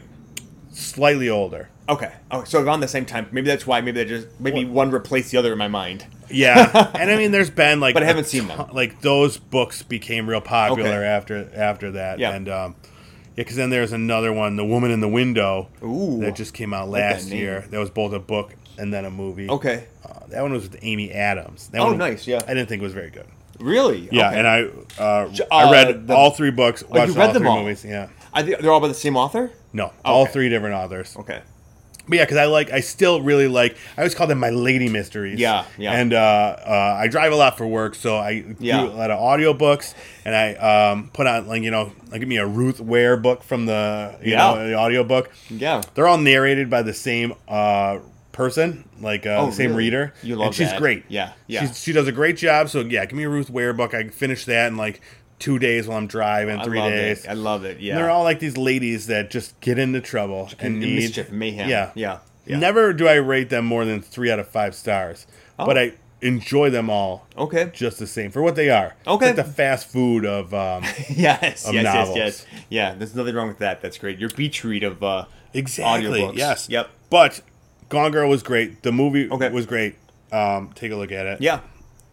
Slightly older.
Okay. Oh, so around the same time. Maybe that's why. Maybe they just maybe one replaced the other in my mind.
Yeah, and I mean, there's been like,
But I
a
haven't seen them.
ton- Like those books became real popular
Okay.
after after that,
Yeah.
and um, yeah, because then there's another one, The Woman in the Window,
Ooh.
that just came out
that
last
name.
year. That was both a book and then a movie.
Okay.
uh, that one was with Amy Adams. That
Oh,
one-
nice, yeah.
I didn't think it was very good.
Really?
Yeah,
Okay.
and I uh,
uh,
I read
the- Oh,
all three books. Watched
you read
all
them
three
all?
movies. Yeah,
I think they're all by the same author.
no, all
Okay.
three different authors.
Okay.
But yeah, because I like, I still really like. I always call them my lady mysteries.
Yeah, yeah.
And uh, uh, I drive a lot for work, so I
Yeah.
do a lot of audiobooks, and I um, put on like you know, like give me a Ruth Ware book from the you
Yeah.
know the audiobook.
Yeah.
They're all narrated by the same uh, person, like uh,
Oh,
the same
really?
reader.
You love
and she's
that.
great.
Yeah, yeah.
She's, she does a great job. So yeah, give me a Ruth Ware book. I can finish that in like two days while I'm driving, three
I love
days.
It. I love it. Yeah.
And they're all like these ladies that just get into trouble and
in
need
mischief, mayhem.
Yeah,
Yeah. Yeah.
Never do I rate them more than three out of five stars,
Oh.
but I enjoy them all
Okay.
just the same for what they are. It's
Oh. Okay.
like the fast food of um,
yes,
of
yes,
novels.
yes, yes. Yeah, there's nothing wrong with that. That's great. Your beach read of uh,
exactly.
audiobooks.
Yes.
Yep.
But Gone Girl was great. The movie
Okay.
was great. Um, take a look at it.
Yeah.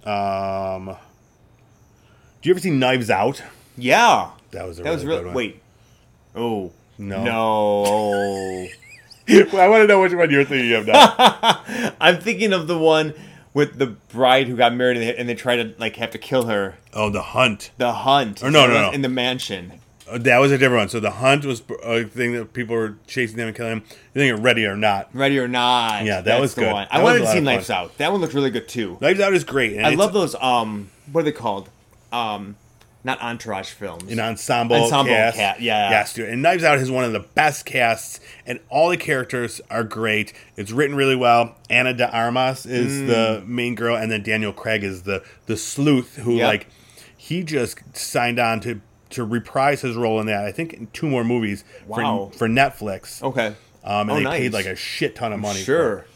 Um, do you ever see Knives Out?
Yeah.
That was a
That was
really
real.
good one.
Wait. Oh.
No.
No.
I want to know which one you're thinking of now.
I'm thinking of the one with the bride who got married and they, and they try to like have to kill her.
oh, The Hunt.
The hunt.
Or Oh, no, no, no.
In the mansion.
Uh, That was a different one. So The Hunt was a thing that people were chasing them and killing them. You think of Ready or Not?
Ready or not.
Yeah, that
That's
was
the
good.
One.
That
I
was
wanted
a
to
lot
see
of fun.
Knives Out. That one looked really good too.
Knives Out is great. and
I
it's
love those. Um, what are they called? Um, not entourage films.
an ensemble,
Ensemble
cast.
cat, yeah.
yes, dude. And Knives Out is one of the best casts, and all the characters are great. It's written really well. Anna de Armas is
Mm.
the main girl, and then Daniel Craig is the the sleuth who
Yep.
like he just signed on to to reprise his role in that. I think in two more movies
Wow.
for for Netflix.
Okay.
Um, and
Oh,
they
nice.
paid like a shit ton of money. for it.
Sure.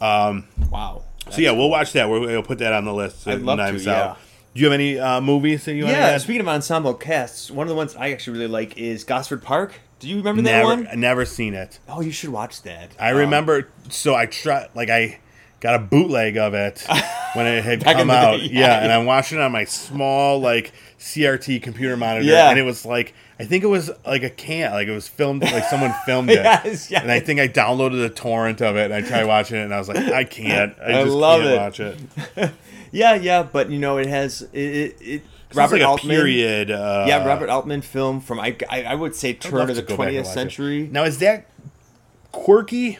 Um. Wow.
So yeah, we'll watch that. We'll, we'll put that on the list. uh,
I'd love to,
Knives
yeah.
Out. Do you have any uh, movies that you want to
Yeah.
add?
Speaking of ensemble casts, one of the ones I actually really like is Gosford Park. Do you remember that
never,
one?
never seen it.
Oh, you should watch that.
I
Um,
remember. so I try like I got a bootleg of it when it had
Back in
come
the day,
out.
yeah,
yeah, and
yeah.
I'm watching it on my small like CRT computer monitor,
Yeah.
and it was like I think it was like a can, like it was filmed, like someone filmed it.
Yes, yes.
And I think I downloaded a torrent of it, and I tried watching it, and I was like, I can't, I,
I
just
love
can't
it.
watch it.
Yeah, yeah, but you know it has it. it, it
Robert like
Altman.
a period. Uh,
Yeah, Robert Altman film from I, I, I would say
I'd
turn
love
of the
to go back and
twentieth
watch it.
century.
Now is that quirky?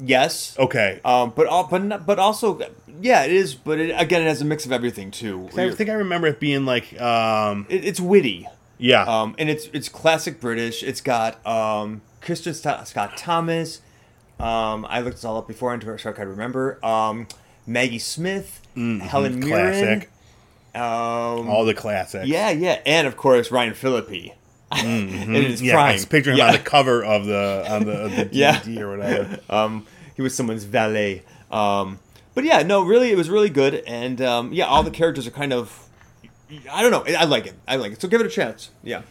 Yes.
Okay.
Um, but all, but not, but also, yeah, it is. But it, again, it has a mix of everything too.
I think I remember it being like, um,
it, it's witty,
yeah,
um, and it's it's classic British. It's got um, Christian Scott, Scott Thomas. Um, I looked this all up before, and to I could remember. Um, Maggie Smith, Helen Mirren.
Mm-hmm. classic.
Um,
All the classics.
yeah, yeah, and of course Ryan Phillippe. in his
Mm-hmm. Yeah, I
prime.
was picturing him
Yeah.
on the cover of the on the, of the
Yeah.
DVD or whatever.
Um, he was someone's valet. Um, but yeah, no, really, it was really good, and um, yeah, all the characters are kind of, I don't know, I like it, I like it. So give it a chance. Yeah.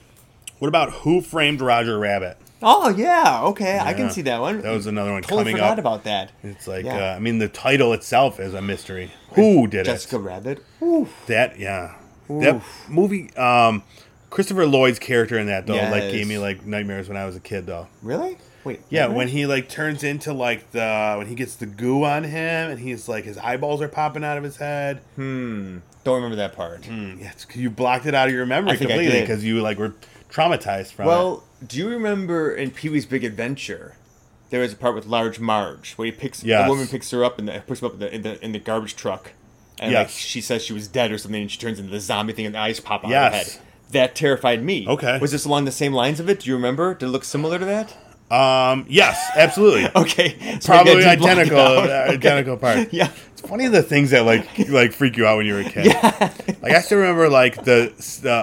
What about Who Framed Roger Rabbit?
Oh yeah, okay, I can
Yeah.
see that one.
That was another one
Totally
coming
forgot
up.
about that.
It's like
Yeah.
uh, I mean the title itself is a mystery. Who did
Jessica
it?
Rabbit. Oof.
That yeah. That movie um Christopher Lloyd's character in that though like
Yes. Mm-hmm.
gave me like nightmares when I was a kid though.
Really? Wait.
Yeah,
what?
when he like turns into like the when he gets the goo on him and he's like his eyeballs are popping out of his head.
Hmm. Don't remember that part.
Yeah, it's, you blocked it out of your memory
I think I
completely
did.
because you like were traumatized from it.
Well, do you remember in Pee Wee's Big Adventure? There was a part with Large Marge where he picks
Yes.
the woman picks her up and the, puts her up in the, in the in the garbage truck, and like
Yes.
she says she was dead or something, and she turns into the zombie thing, and the eyes pop out of her
Yes.
head. That terrified me.
Okay.
was this along the same lines of it? Do you remember? Did it look similar to that?
Um, yes, absolutely.
Okay, so maybe
Probably
I did block it
identical,
out.
uh, identical part.
Yeah.
it's funny the things that like like freak you out when you were a kid. Like I still remember like the the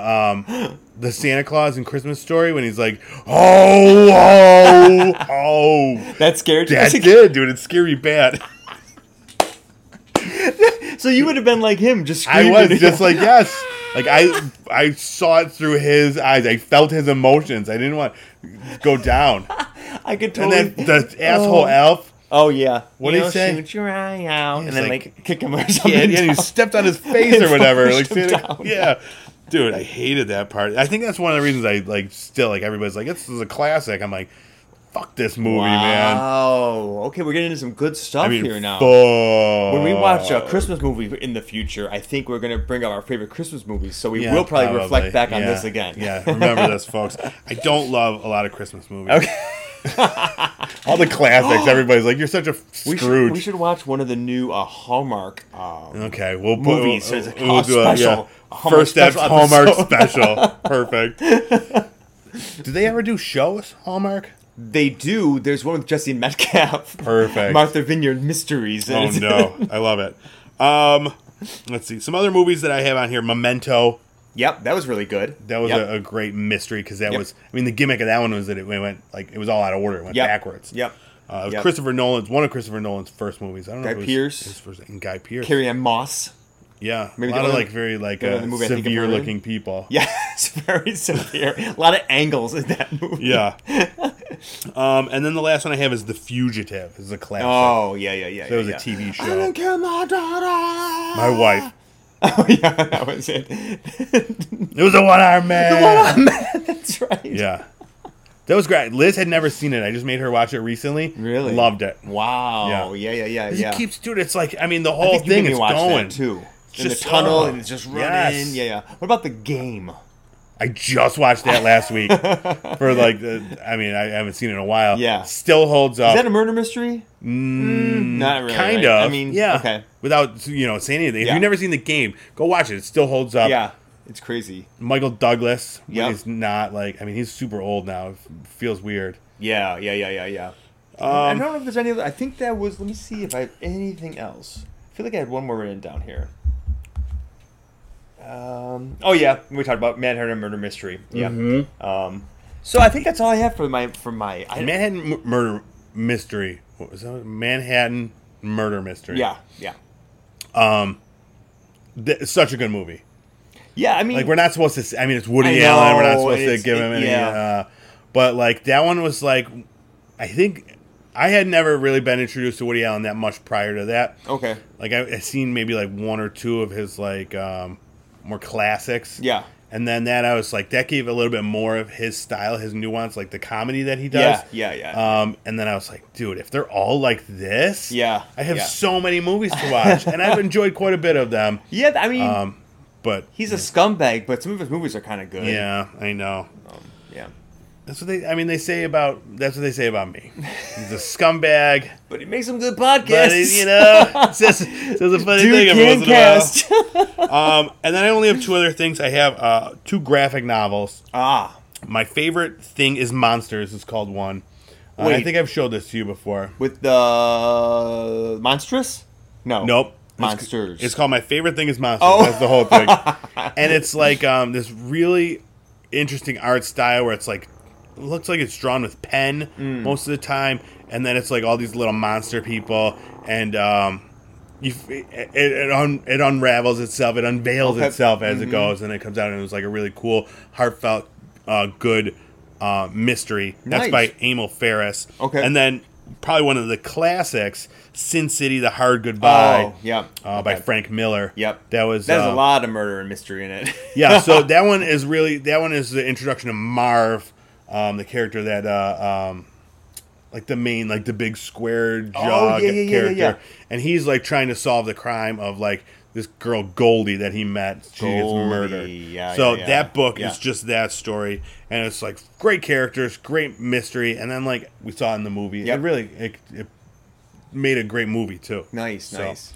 um the Santa Claus and Christmas story when he's like, oh oh oh,
That scared you.
that did dude, it scared me bad.
So you would have been like him, just
I
screaming.
was just like yes, like I I saw it through his eyes. I felt his emotions. I didn't want to go down.
I could
And
totally.
then the asshole
Oh.
elf.
oh yeah,
What did he
You know,
say?
Shoot your eye out,
He's
and then
like-
like, kick him or something.
yeah, and he
down.
stepped on his face or
And
whatever. Like,
pushed him
see,
down.
yeah, dude, I hated that part. I think that's one of the reasons I like still like everybody's like this is a classic. I'm like, fuck this movie, man.
Wow. Okay, we're getting into some good stuff
I mean,
here now.
fuck.
When we watch a Christmas movie in the future, I think we're going to bring up our favorite Christmas movies. So we
Yeah,
will probably, reflect back on
Yeah,
this again.
yeah, remember this, folks. I don't love a lot of Christmas movies.
Okay.
All the classics. Everybody's like, you're such a
We
Scrooge.
should, we should watch one of the new uh, Hallmark. Um,
Okay, we'll put
Movies,
We'll,
it's a
we'll do a,
special.
yeah.
A Hallmark
First steps
special
Hallmark
episode.
special. Perfect. do they ever do shows Hallmark?
they do. There's one with Jesse Metcalf.
Perfect.
Martha Vineyard Mysteries. and
Oh
it's-
no, I love it. Um, let's see some other movies that I have on here. Memento.
yep, that was really good.
That was
Yep.
a, a great mystery because that
Yep.
was. I mean, the gimmick of that one was that it went like it was all out of order. It went
Yep.
backwards.
Yep.
Uh, it was
Yep.
Christopher Nolan's one of Christopher Nolan's first movies. I don't know.
Guy
if it was
Pearce.
His first, and Guy Pierce.
Carrie Ann Moss.
yeah.
Maybe
a
the
lot of
other-
like very like
the other
uh,
movie I think of
severe
mine.
looking people.
Yeah, it's very severe. a lot of angles in that movie.
Yeah. um, and then the last one I have is The Fugitive. This is a classic.
Oh, yeah, yeah, yeah.
that was
yeah,
a
yeah.
TV
I
show.
didn't kill my daughter.
My wife.
Oh yeah, that was it.
It was a one-armed man.
uh, That's right.
Yeah. That was great. Liz had never seen it. I just made her watch it recently.
Really?
Loved it.
Wow.
Yeah.
Yeah, yeah, yeah,
'Cause
yeah.
It keeps, dude, it's like, I mean, the
I
whole
think you
thing
made me
is
watch that,
going.
too. In
Just-
the tunnel
oh,
and it's just running.
yes. Uh,
Yeah, yeah. What about the game?
I just watched that last week for like, the, I mean, I haven't seen it in a while.
Yeah.
Still holds up.
Is that a murder mystery? Mm, not really.
kind
right?
of.
I mean,
yeah.
Okay.
Without, you know, saying anything. If
Yeah.
you've never seen the game, go watch it. It still holds up.
Yeah, it's crazy.
Michael Douglas when
Yep.
he's not like, I mean, he's super old now. It feels weird.
Yeah, yeah, yeah, yeah, yeah.
Um,
I don't know if there's any other. I think that was. Let me see if I have anything else. I feel like I had one more written down here. Um, oh yeah, we talked about Manhattan Murder Mystery. Yeah. Um, so I think that's all I have for my for my. I,
Mm-hmm. Manhattan m- Murder Mystery. What was that? Manhattan Murder Mystery.
yeah, yeah,
Th- such a good movie.
yeah. I mean,
Like we're not supposed to. See, I mean, it's Woody
I
Allen. We're not
know,
supposed to
it's-
give him
it-
any.
yeah.
Uh, but like that one was like, I think I had never really been introduced to Woody Allen that much prior to that.
Okay.
Like I, I seen maybe like one or two of his like um, more classics.
Yeah.
And then that I was like that gave a little bit more of his style, his nuance, like the comedy that he does.
Yeah, yeah, yeah.
Um, and then I was like, dude, if they're all like this,
Yeah,
I have
yeah.
so many movies to watch, and I've enjoyed quite a bit of them.
Yeah, I mean,
Um, but
he's a scumbag, but some of his movies are kind of good.
yeah, I know.
Um, yeah.
That's what they. I mean, they say about. That's what they say about me. He's a scumbag,
But he makes some good
but
podcasts.
he- you know, it's just, it's just a funny
Dude
thing every
can
once in a while.
cast.
Um, and then I only have two other things. I have uh, two graphic novels.
ah,
My favorite thing is Monsters. Is called one. Uh, I
Wait.
think I've showed this to you before.
with the monstrous? No.
Nope. It's-
Monsters. Oh.
It's, called My Favorite Thing is Monsters. That's the whole thing. and it's like um, this really interesting art style where it's like, it looks like it's drawn with pen
Mm.
most of the time. And then it's like all these little monster people. And um, you, f- it, it, un, it unravels itself, it unveils
Okay. Mm-hmm.
itself as it goes. And it comes out, and it was like a really cool, heartfelt, uh, good uh, mystery. That's
Nice.
by Emil Ferris.
Okay.
And then probably one of the classics, Sin City, The Hard Goodbye.
Oh, yeah.
Uh, by
Okay.
Frank Miller.
Yep.
That was
There's
uh,
a lot of murder and mystery in it.
yeah, so that one is really that one is the introduction of Marv, um, the character that uh, um, like the main like the big square jaw
Oh, yeah, yeah, yeah, yeah,
character,
yeah.
and he's like trying to solve the crime of like this girl Goldie that he met. She
Goldie,
gets murdered.
yeah,
so
yeah, yeah.
that book
Yeah.
is just that story, and it's like great characters, great mystery, and then like we saw in the movie,
Yep.
it really it, it made a great movie too.
nice,
So-
nice.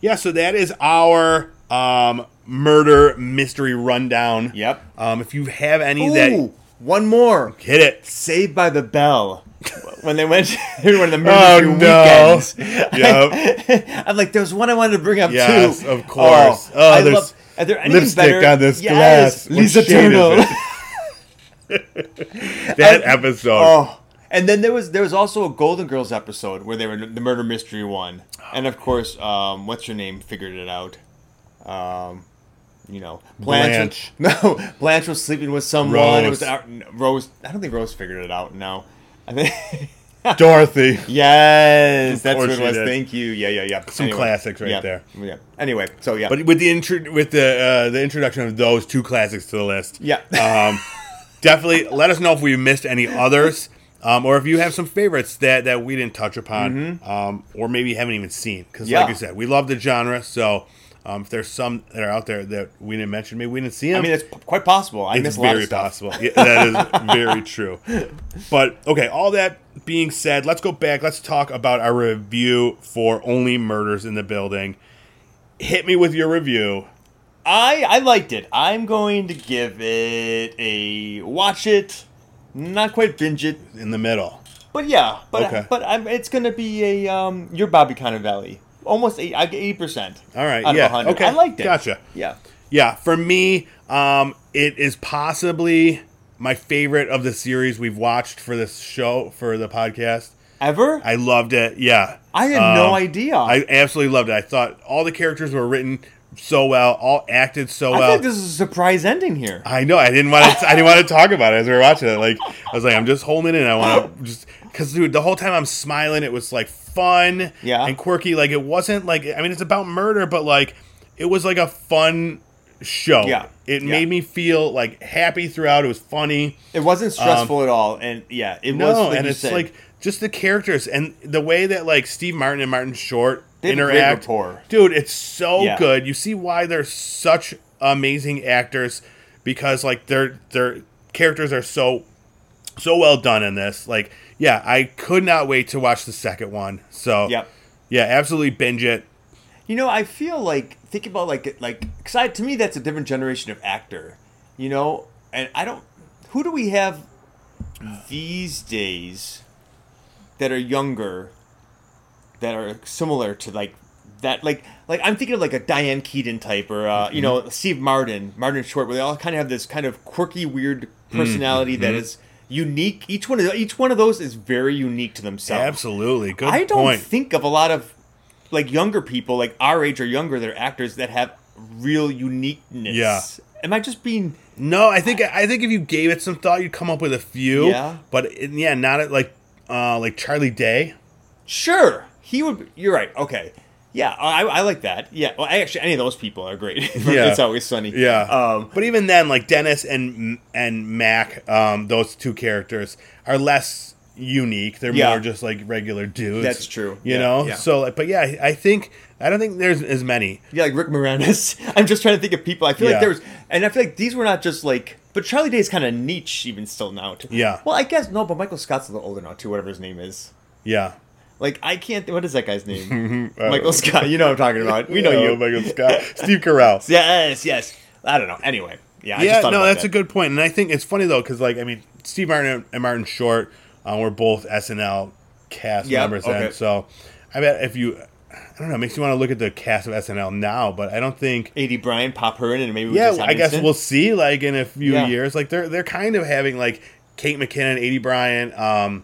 yeah, so that is our um, murder mystery rundown.
Yep.
Um, if you have any that
Ooh, one more.
hit it.
Saved by the Bell. when they went when the
Oh,
murder
no.
weekends.
Yep.
I'm like, there's one I wanted to bring up
Yes,
too.
of course. Oh,
I
there's
love- are there anything
Lipstick
better?
on this
Yes,
glass. What
Lisa
shade is
Turtle.
it? That episode.
Oh, and then there was there was also a Golden Girls episode where they were the murder mystery one, and of course, um, what's your name figured it out. Um, you know, Blanche. Was, no, Blanche was sleeping with someone. It was
Rose.
out, Rose. I don't think Rose figured it out. No, I think.
Dorothy.
Yes, that's
course
what it
she
was.
did.
Thank you. Yeah, yeah, yeah.
Some classics right
yeah,
there.
Yeah. Anyway, so yeah,
But with the intro, with the uh, the introduction of those two classics to the list.
yeah.
Um, definitely let us know if we missed any others. Um, or if you have some favorites that, that we didn't touch upon, um, or maybe haven't even seen, because
Mm-hmm. Yeah.
like I said, we love the genre. So um, if there's some that are out there that we didn't mention, maybe we didn't see them.
I mean, it's p- quite possible. I
It's
miss a lot
very
of stuff.
possible. Yeah, that is very true. But okay, all that being said, let's go back. Let's talk about our review for Only Murders in the Building. Hit me with your review.
I I liked it. I'm going to give it a watch it, not quite binge it,
In the middle,
but yeah, but
Okay.
but I'm, it's going to be a um your Bobby kind of valley. Almost eight, I get eight percent.
All right,
out
yeah,
of 100.
okay,
I liked it.
gotcha.
Yeah,
yeah. For me, um, it is possibly my favorite of the series we've watched for this show for the podcast.
ever? I,
I loved it. Yeah,
had no
Um,
idea. I,
I absolutely loved it. I thought all the characters were written so well, all acted so well. uh,
think this is a surprise ending here.
I know. I didn't want to. I didn't want to talk about it as we were watching it. Like I was like, I'm just holding it. in. I want to just because, dude, the whole time I'm smiling. It was like fun,
Yeah.
and quirky. Like it wasn't like. I mean, it's about murder, but like it was like a fun show.
Yeah.
it
Yeah.
made me feel like happy throughout. It was funny.
it wasn't stressful at all, and yeah, it was.
um, No,
like
and
you
it's
said,
like just the characters and the way that like Steve Martin and Martin Short
They have a great
interact.
rapport.
Dude, it's so
Yeah.
good. You see why they're such amazing actors because like their their characters are so so well done in this. Like, yeah, I could not wait to watch the second one. So,
Yep.
yeah, absolutely binge it.
You know, I feel like think about like it- like cause I, to me that's a different generation of actor. You know, and I don't. Who do we have these days that are younger that are similar to like that? Like like I'm thinking of like a Diane Keaton type or uh, you know Steve Martin, Martin Short, where they all kind of have this kind of quirky, weird personality that is unique. Each one of each one of those is very unique to themselves.
Absolutely. Good
Oh. I don't
point.
think of a lot of like younger people, like our age or younger, that are actors that have real uniqueness.
Yeah.
Am I just being?
No, I think I think if you gave it some thought, you'd come up with a few.
Yeah.
But it- yeah, not at, like uh, like Charlie Day.
Sure, he would. be- You're right. Okay, yeah, I, I like that. Yeah, well, actually, any of those people are great.
Yeah.
it's always sunny.
Yeah.
Um,
but even then, like Dennis and and Mac, um, those two characters are less unique. They're
Yeah.
more just like regular dudes.
That's true.
You
Yeah,
know.
yeah.
So, like, but yeah, I- I think I don't think there's as many.
yeah, like Rick Moranis. I'm just trying to think of people. I feel
Yeah.
like there was, and I feel like these were not just like. But Charlie Day's kind of niche even still now. Too.
Yeah.
Well, I guess no, but Michael Scott's a little older now too. Whatever his name is.
Yeah.
Like I can't. What is that guy's name?
I don't know.
Michael Scott. You know what I'm talking about. We know
Oh,
you.
Michael Scott, Steve Carell.
Yes, yes. I don't know. Anyway, yeah. I
yeah,
just thought
no,
about
that's
that.
a good point, and I think it's funny though because like I mean, Steve Martin and Martin Short uh, were both SNL cast
Yep,
members, then,
okay.
so I bet if you, I don't know, it makes you want to look at the cast of SNL now, but I don't think.
Ad Bryan pop her in, and maybe we
Yeah,
just have
I guess
instant.
we'll see. Like in a few
Yeah.
years, like they're they're kind of having like Kate McKinnon, Adie Bryant, um,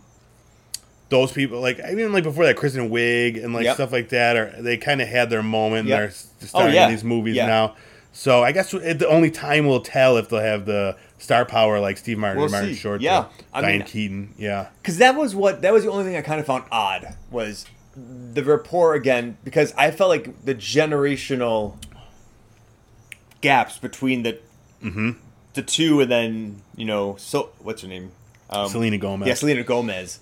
those people. Like even like before that, Kristen Wiig and like
Yep.
stuff like that. Or they kind of had their moment.
Yep. Oh,
And they're s- starting
yeah.
these movies
Yeah.
now. So I guess it, the only time will tell if they'll have the star power like Steve Martin,
We'll
and Martin
see.
Short,
Yeah.
or
I
Diane
mean-
Keaton, yeah,
because that was what that was the only thing I kind of found odd was the rapport again because I felt like the generational gaps between the
Mm-hmm.
the two and then you know so what's her name um,
Selena Gomez.
yeah Selena Gomez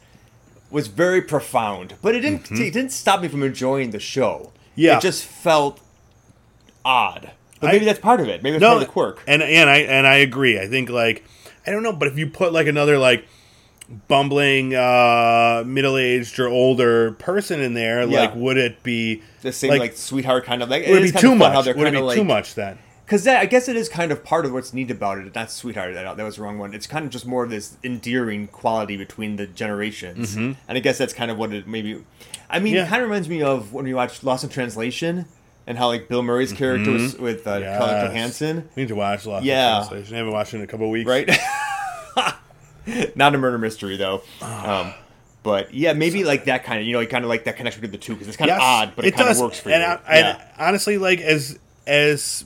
was very profound but it didn't it didn't stop me from enjoying the show
Mm-hmm. Yeah.
it just felt odd but
I-
maybe that's part of it maybe that's part of the quirk
And and I and I agree. I think like I don't know, but if you put like another like bumbling uh middle aged or older person in there,
Yeah.
like would it be
the same
like,
like, sweetheart kind of like
would it
is
be
kind
too
of fun how
much?
they're
Would it
kind
be
of like
too much then?
Because I guess it is kind of part of what's neat about it. Not sweetheart, that, that was the wrong one. It's kind of just more of this endearing quality between the generations. And I guess that's kind of what it maybe. I
Mm-hmm.
mean,
Yeah.
it kind of reminds me of when we watched Lost in Translation and how like Bill Murray's character was with uh, Scarlett
Mm-hmm. Yes.
Johansson,
We need to watch Lost
Yeah.
in Translation. I haven't watched it in a couple weeks.
right? Not a murder mystery though.
Ah.
Um, but yeah, maybe like that kind of you know, kind of like that connection between the two because it's kind
Yes,
of odd, but it, kind
does.
of works for
and
you.
I, and
yeah.
honestly, like as as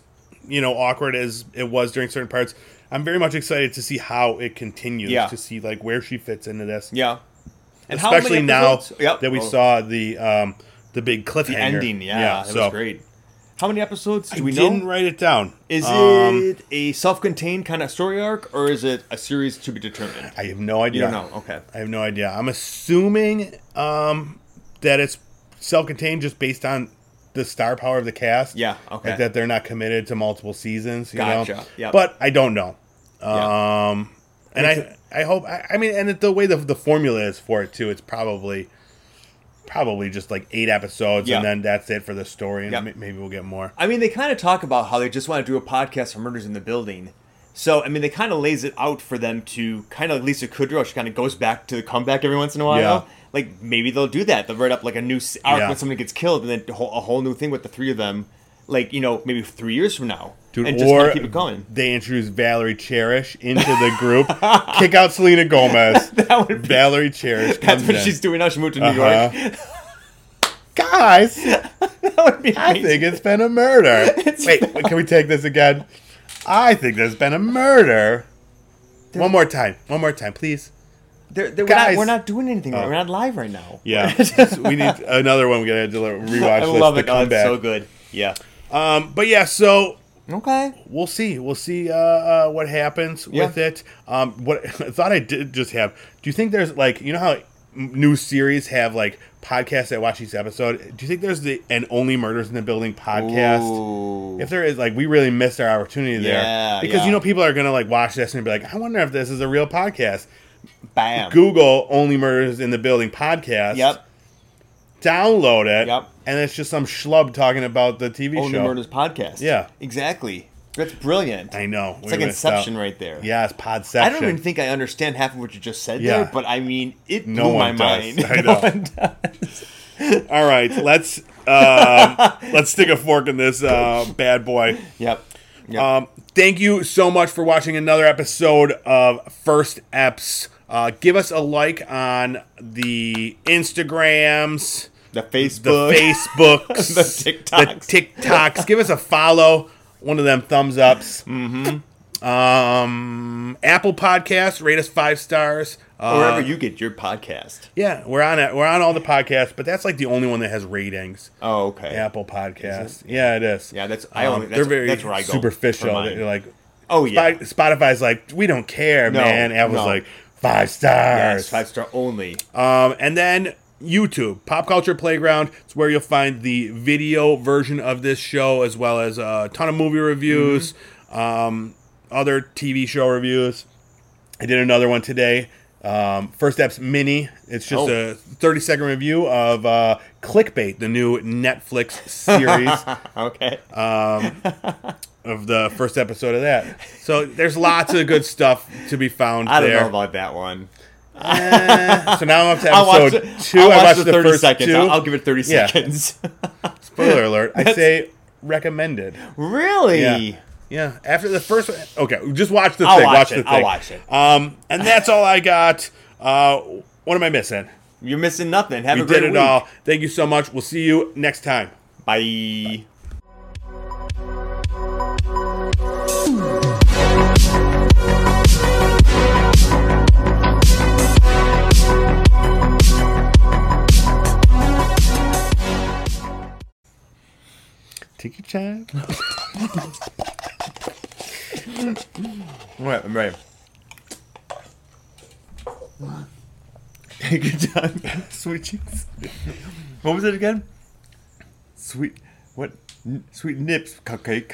you know, awkward as it was during certain parts, I'm very much excited to see how it continues.
Yeah.
To see like where she fits into this.
yeah. And how many
especially now
episodes- Yep.
that we
Oh.
saw the um, the big cliffhanger
the ending. Yeah, that
so
was great. How many episodes do
I
we
didn't
know?
write it down.
Is
Um,
it a self-contained kind of story arc, or is it a series to be determined?
I have no idea.
You don't know. Okay.
I have no idea. I'm assuming um, that it's self-contained, just based on the star power of the cast.
Yeah, okay.
Like that they're not committed to multiple seasons. You Know?
Gotcha, yep.
But I don't know.
Yeah.
Um, and I I hope I, I mean and it, the way the the formula is for it too, it's probably probably just like eight episodes
Yeah.
and then that's it for the story and
Yep.
ma- maybe we'll get more.
I mean, they kind of talk about how they just want to do a podcast for Murders in the Building. So, I mean, they kind of lays it out for them to kind of like Lisa Kudrow. She kind of goes back to the comeback every once in a while.
Yeah.
Like maybe they'll do that. They'll write up like a new s- arc
Yeah.
when somebody gets killed, and then a whole, a whole new thing with the three of them. Like you know, maybe three years from now,
Dude,
and just kinda
or
keep it going.
they introduce Valerie Cherish into the group, kick out Selena Gomez.
That would be
Valerie Cherish.
That's
comes
what
in.
she's doing now. She moved to New York.
Uh-huh. Guys,
That would be
I think it's been a murder.
It's
Wait, wait, can we take this again? I think there's been a murder. One more time. One more time, please.
They're, they're, we're, not,
Guys. oh.
we're not doing anything. right. We're not live right now.
Yeah, we need another one. We gotta deli- rewatch.
I
this
love
to
it.
come
Oh, it's
back.
so good. Yeah.
Um, but yeah, so
Okay.
we'll see. We'll see uh, uh, what happens
Yeah.
with it. Um, what I thought I did just have. Do you think there's like you know how m- new series have like podcasts that watch each episode? Do you think there's the and only murders in the building podcast?
Ooh.
If there is like we really missed our opportunity there
Yeah,
because
yeah.
you know people are gonna like watch this and be like, I wonder if this is a real podcast.
Bam.
Google only murders in the building podcast.
Yep.
Download it.
Yep.
And it's just some schlub talking about the TV
Only
show.
Murders podcast.
Yeah.
Exactly. That's brilliant.
I know.
It's like Inception right there.
Yeah, it's podception.
I don't even think I understand half of what you just said
Yeah.
there, but I mean, it blew
No
my
one does.
mind.
I know.
one does.
All right, let's um, let's stick a fork in this uh, bad boy.
Yep. Yep.
Um, thank you so much for watching another episode of First Eps. Uh, give us a like on the Instagrams,
the
the
Facebook.
Facebooks,
The TikToks.
the TikToks. Give us a follow, one of them thumbs ups. Mm-hmm. Um, Apple Podcasts, rate us five stars.
Or
Uh,
wherever you get your podcast.
yeah, we're on it. We're on all the podcasts, but that's like the only one that has ratings.
Oh, okay.
Apple Podcasts. Yeah, it is. Um,
Yeah, that's- I only-
they're
that's-
very
that's where I go for
superficial.
mine.
They're like,
Oh yeah.
Spot- Spotify's like, we don't care,
No,
man. Apple's
no.
like, five stars.
Yes, five star only.
Um, and then YouTube, Pop Culture Playground. It's where you'll find the video version of this show, as well as a ton of movie reviews, um, other TV show reviews. I did another one today. Um, First Steps Mini. It's just
Oh.
a 30 second review of uh, Clickbait, the new Netflix series
okay.
of the first episode of that. So there's lots of good stuff to be found
I don't
there.
know about that one.
Eh, so now I'm up to
I watched,
episode two.
I
I
watched,
watched
the thirty
first
seconds.
two.
I'll, I'll give it thirty
Yeah.
seconds.
Spoiler alert. I say recommended.
really?
Yeah. Yeah. After the first one. Okay. Just watch the
I'll
thing.
watch
Watch,
it,
the thing.
I'll watch it.
Um, and that's all I got. Uh, what am I missing?
You're missing nothing. Have
We
a great
did it
week.
all. Thank you so much. We'll see you next time.
Bye.
Take your time.
All right, I'm ready. Good job. Sweet cheeks. What was it again? Sweet. What? N- sweet nips cupcake.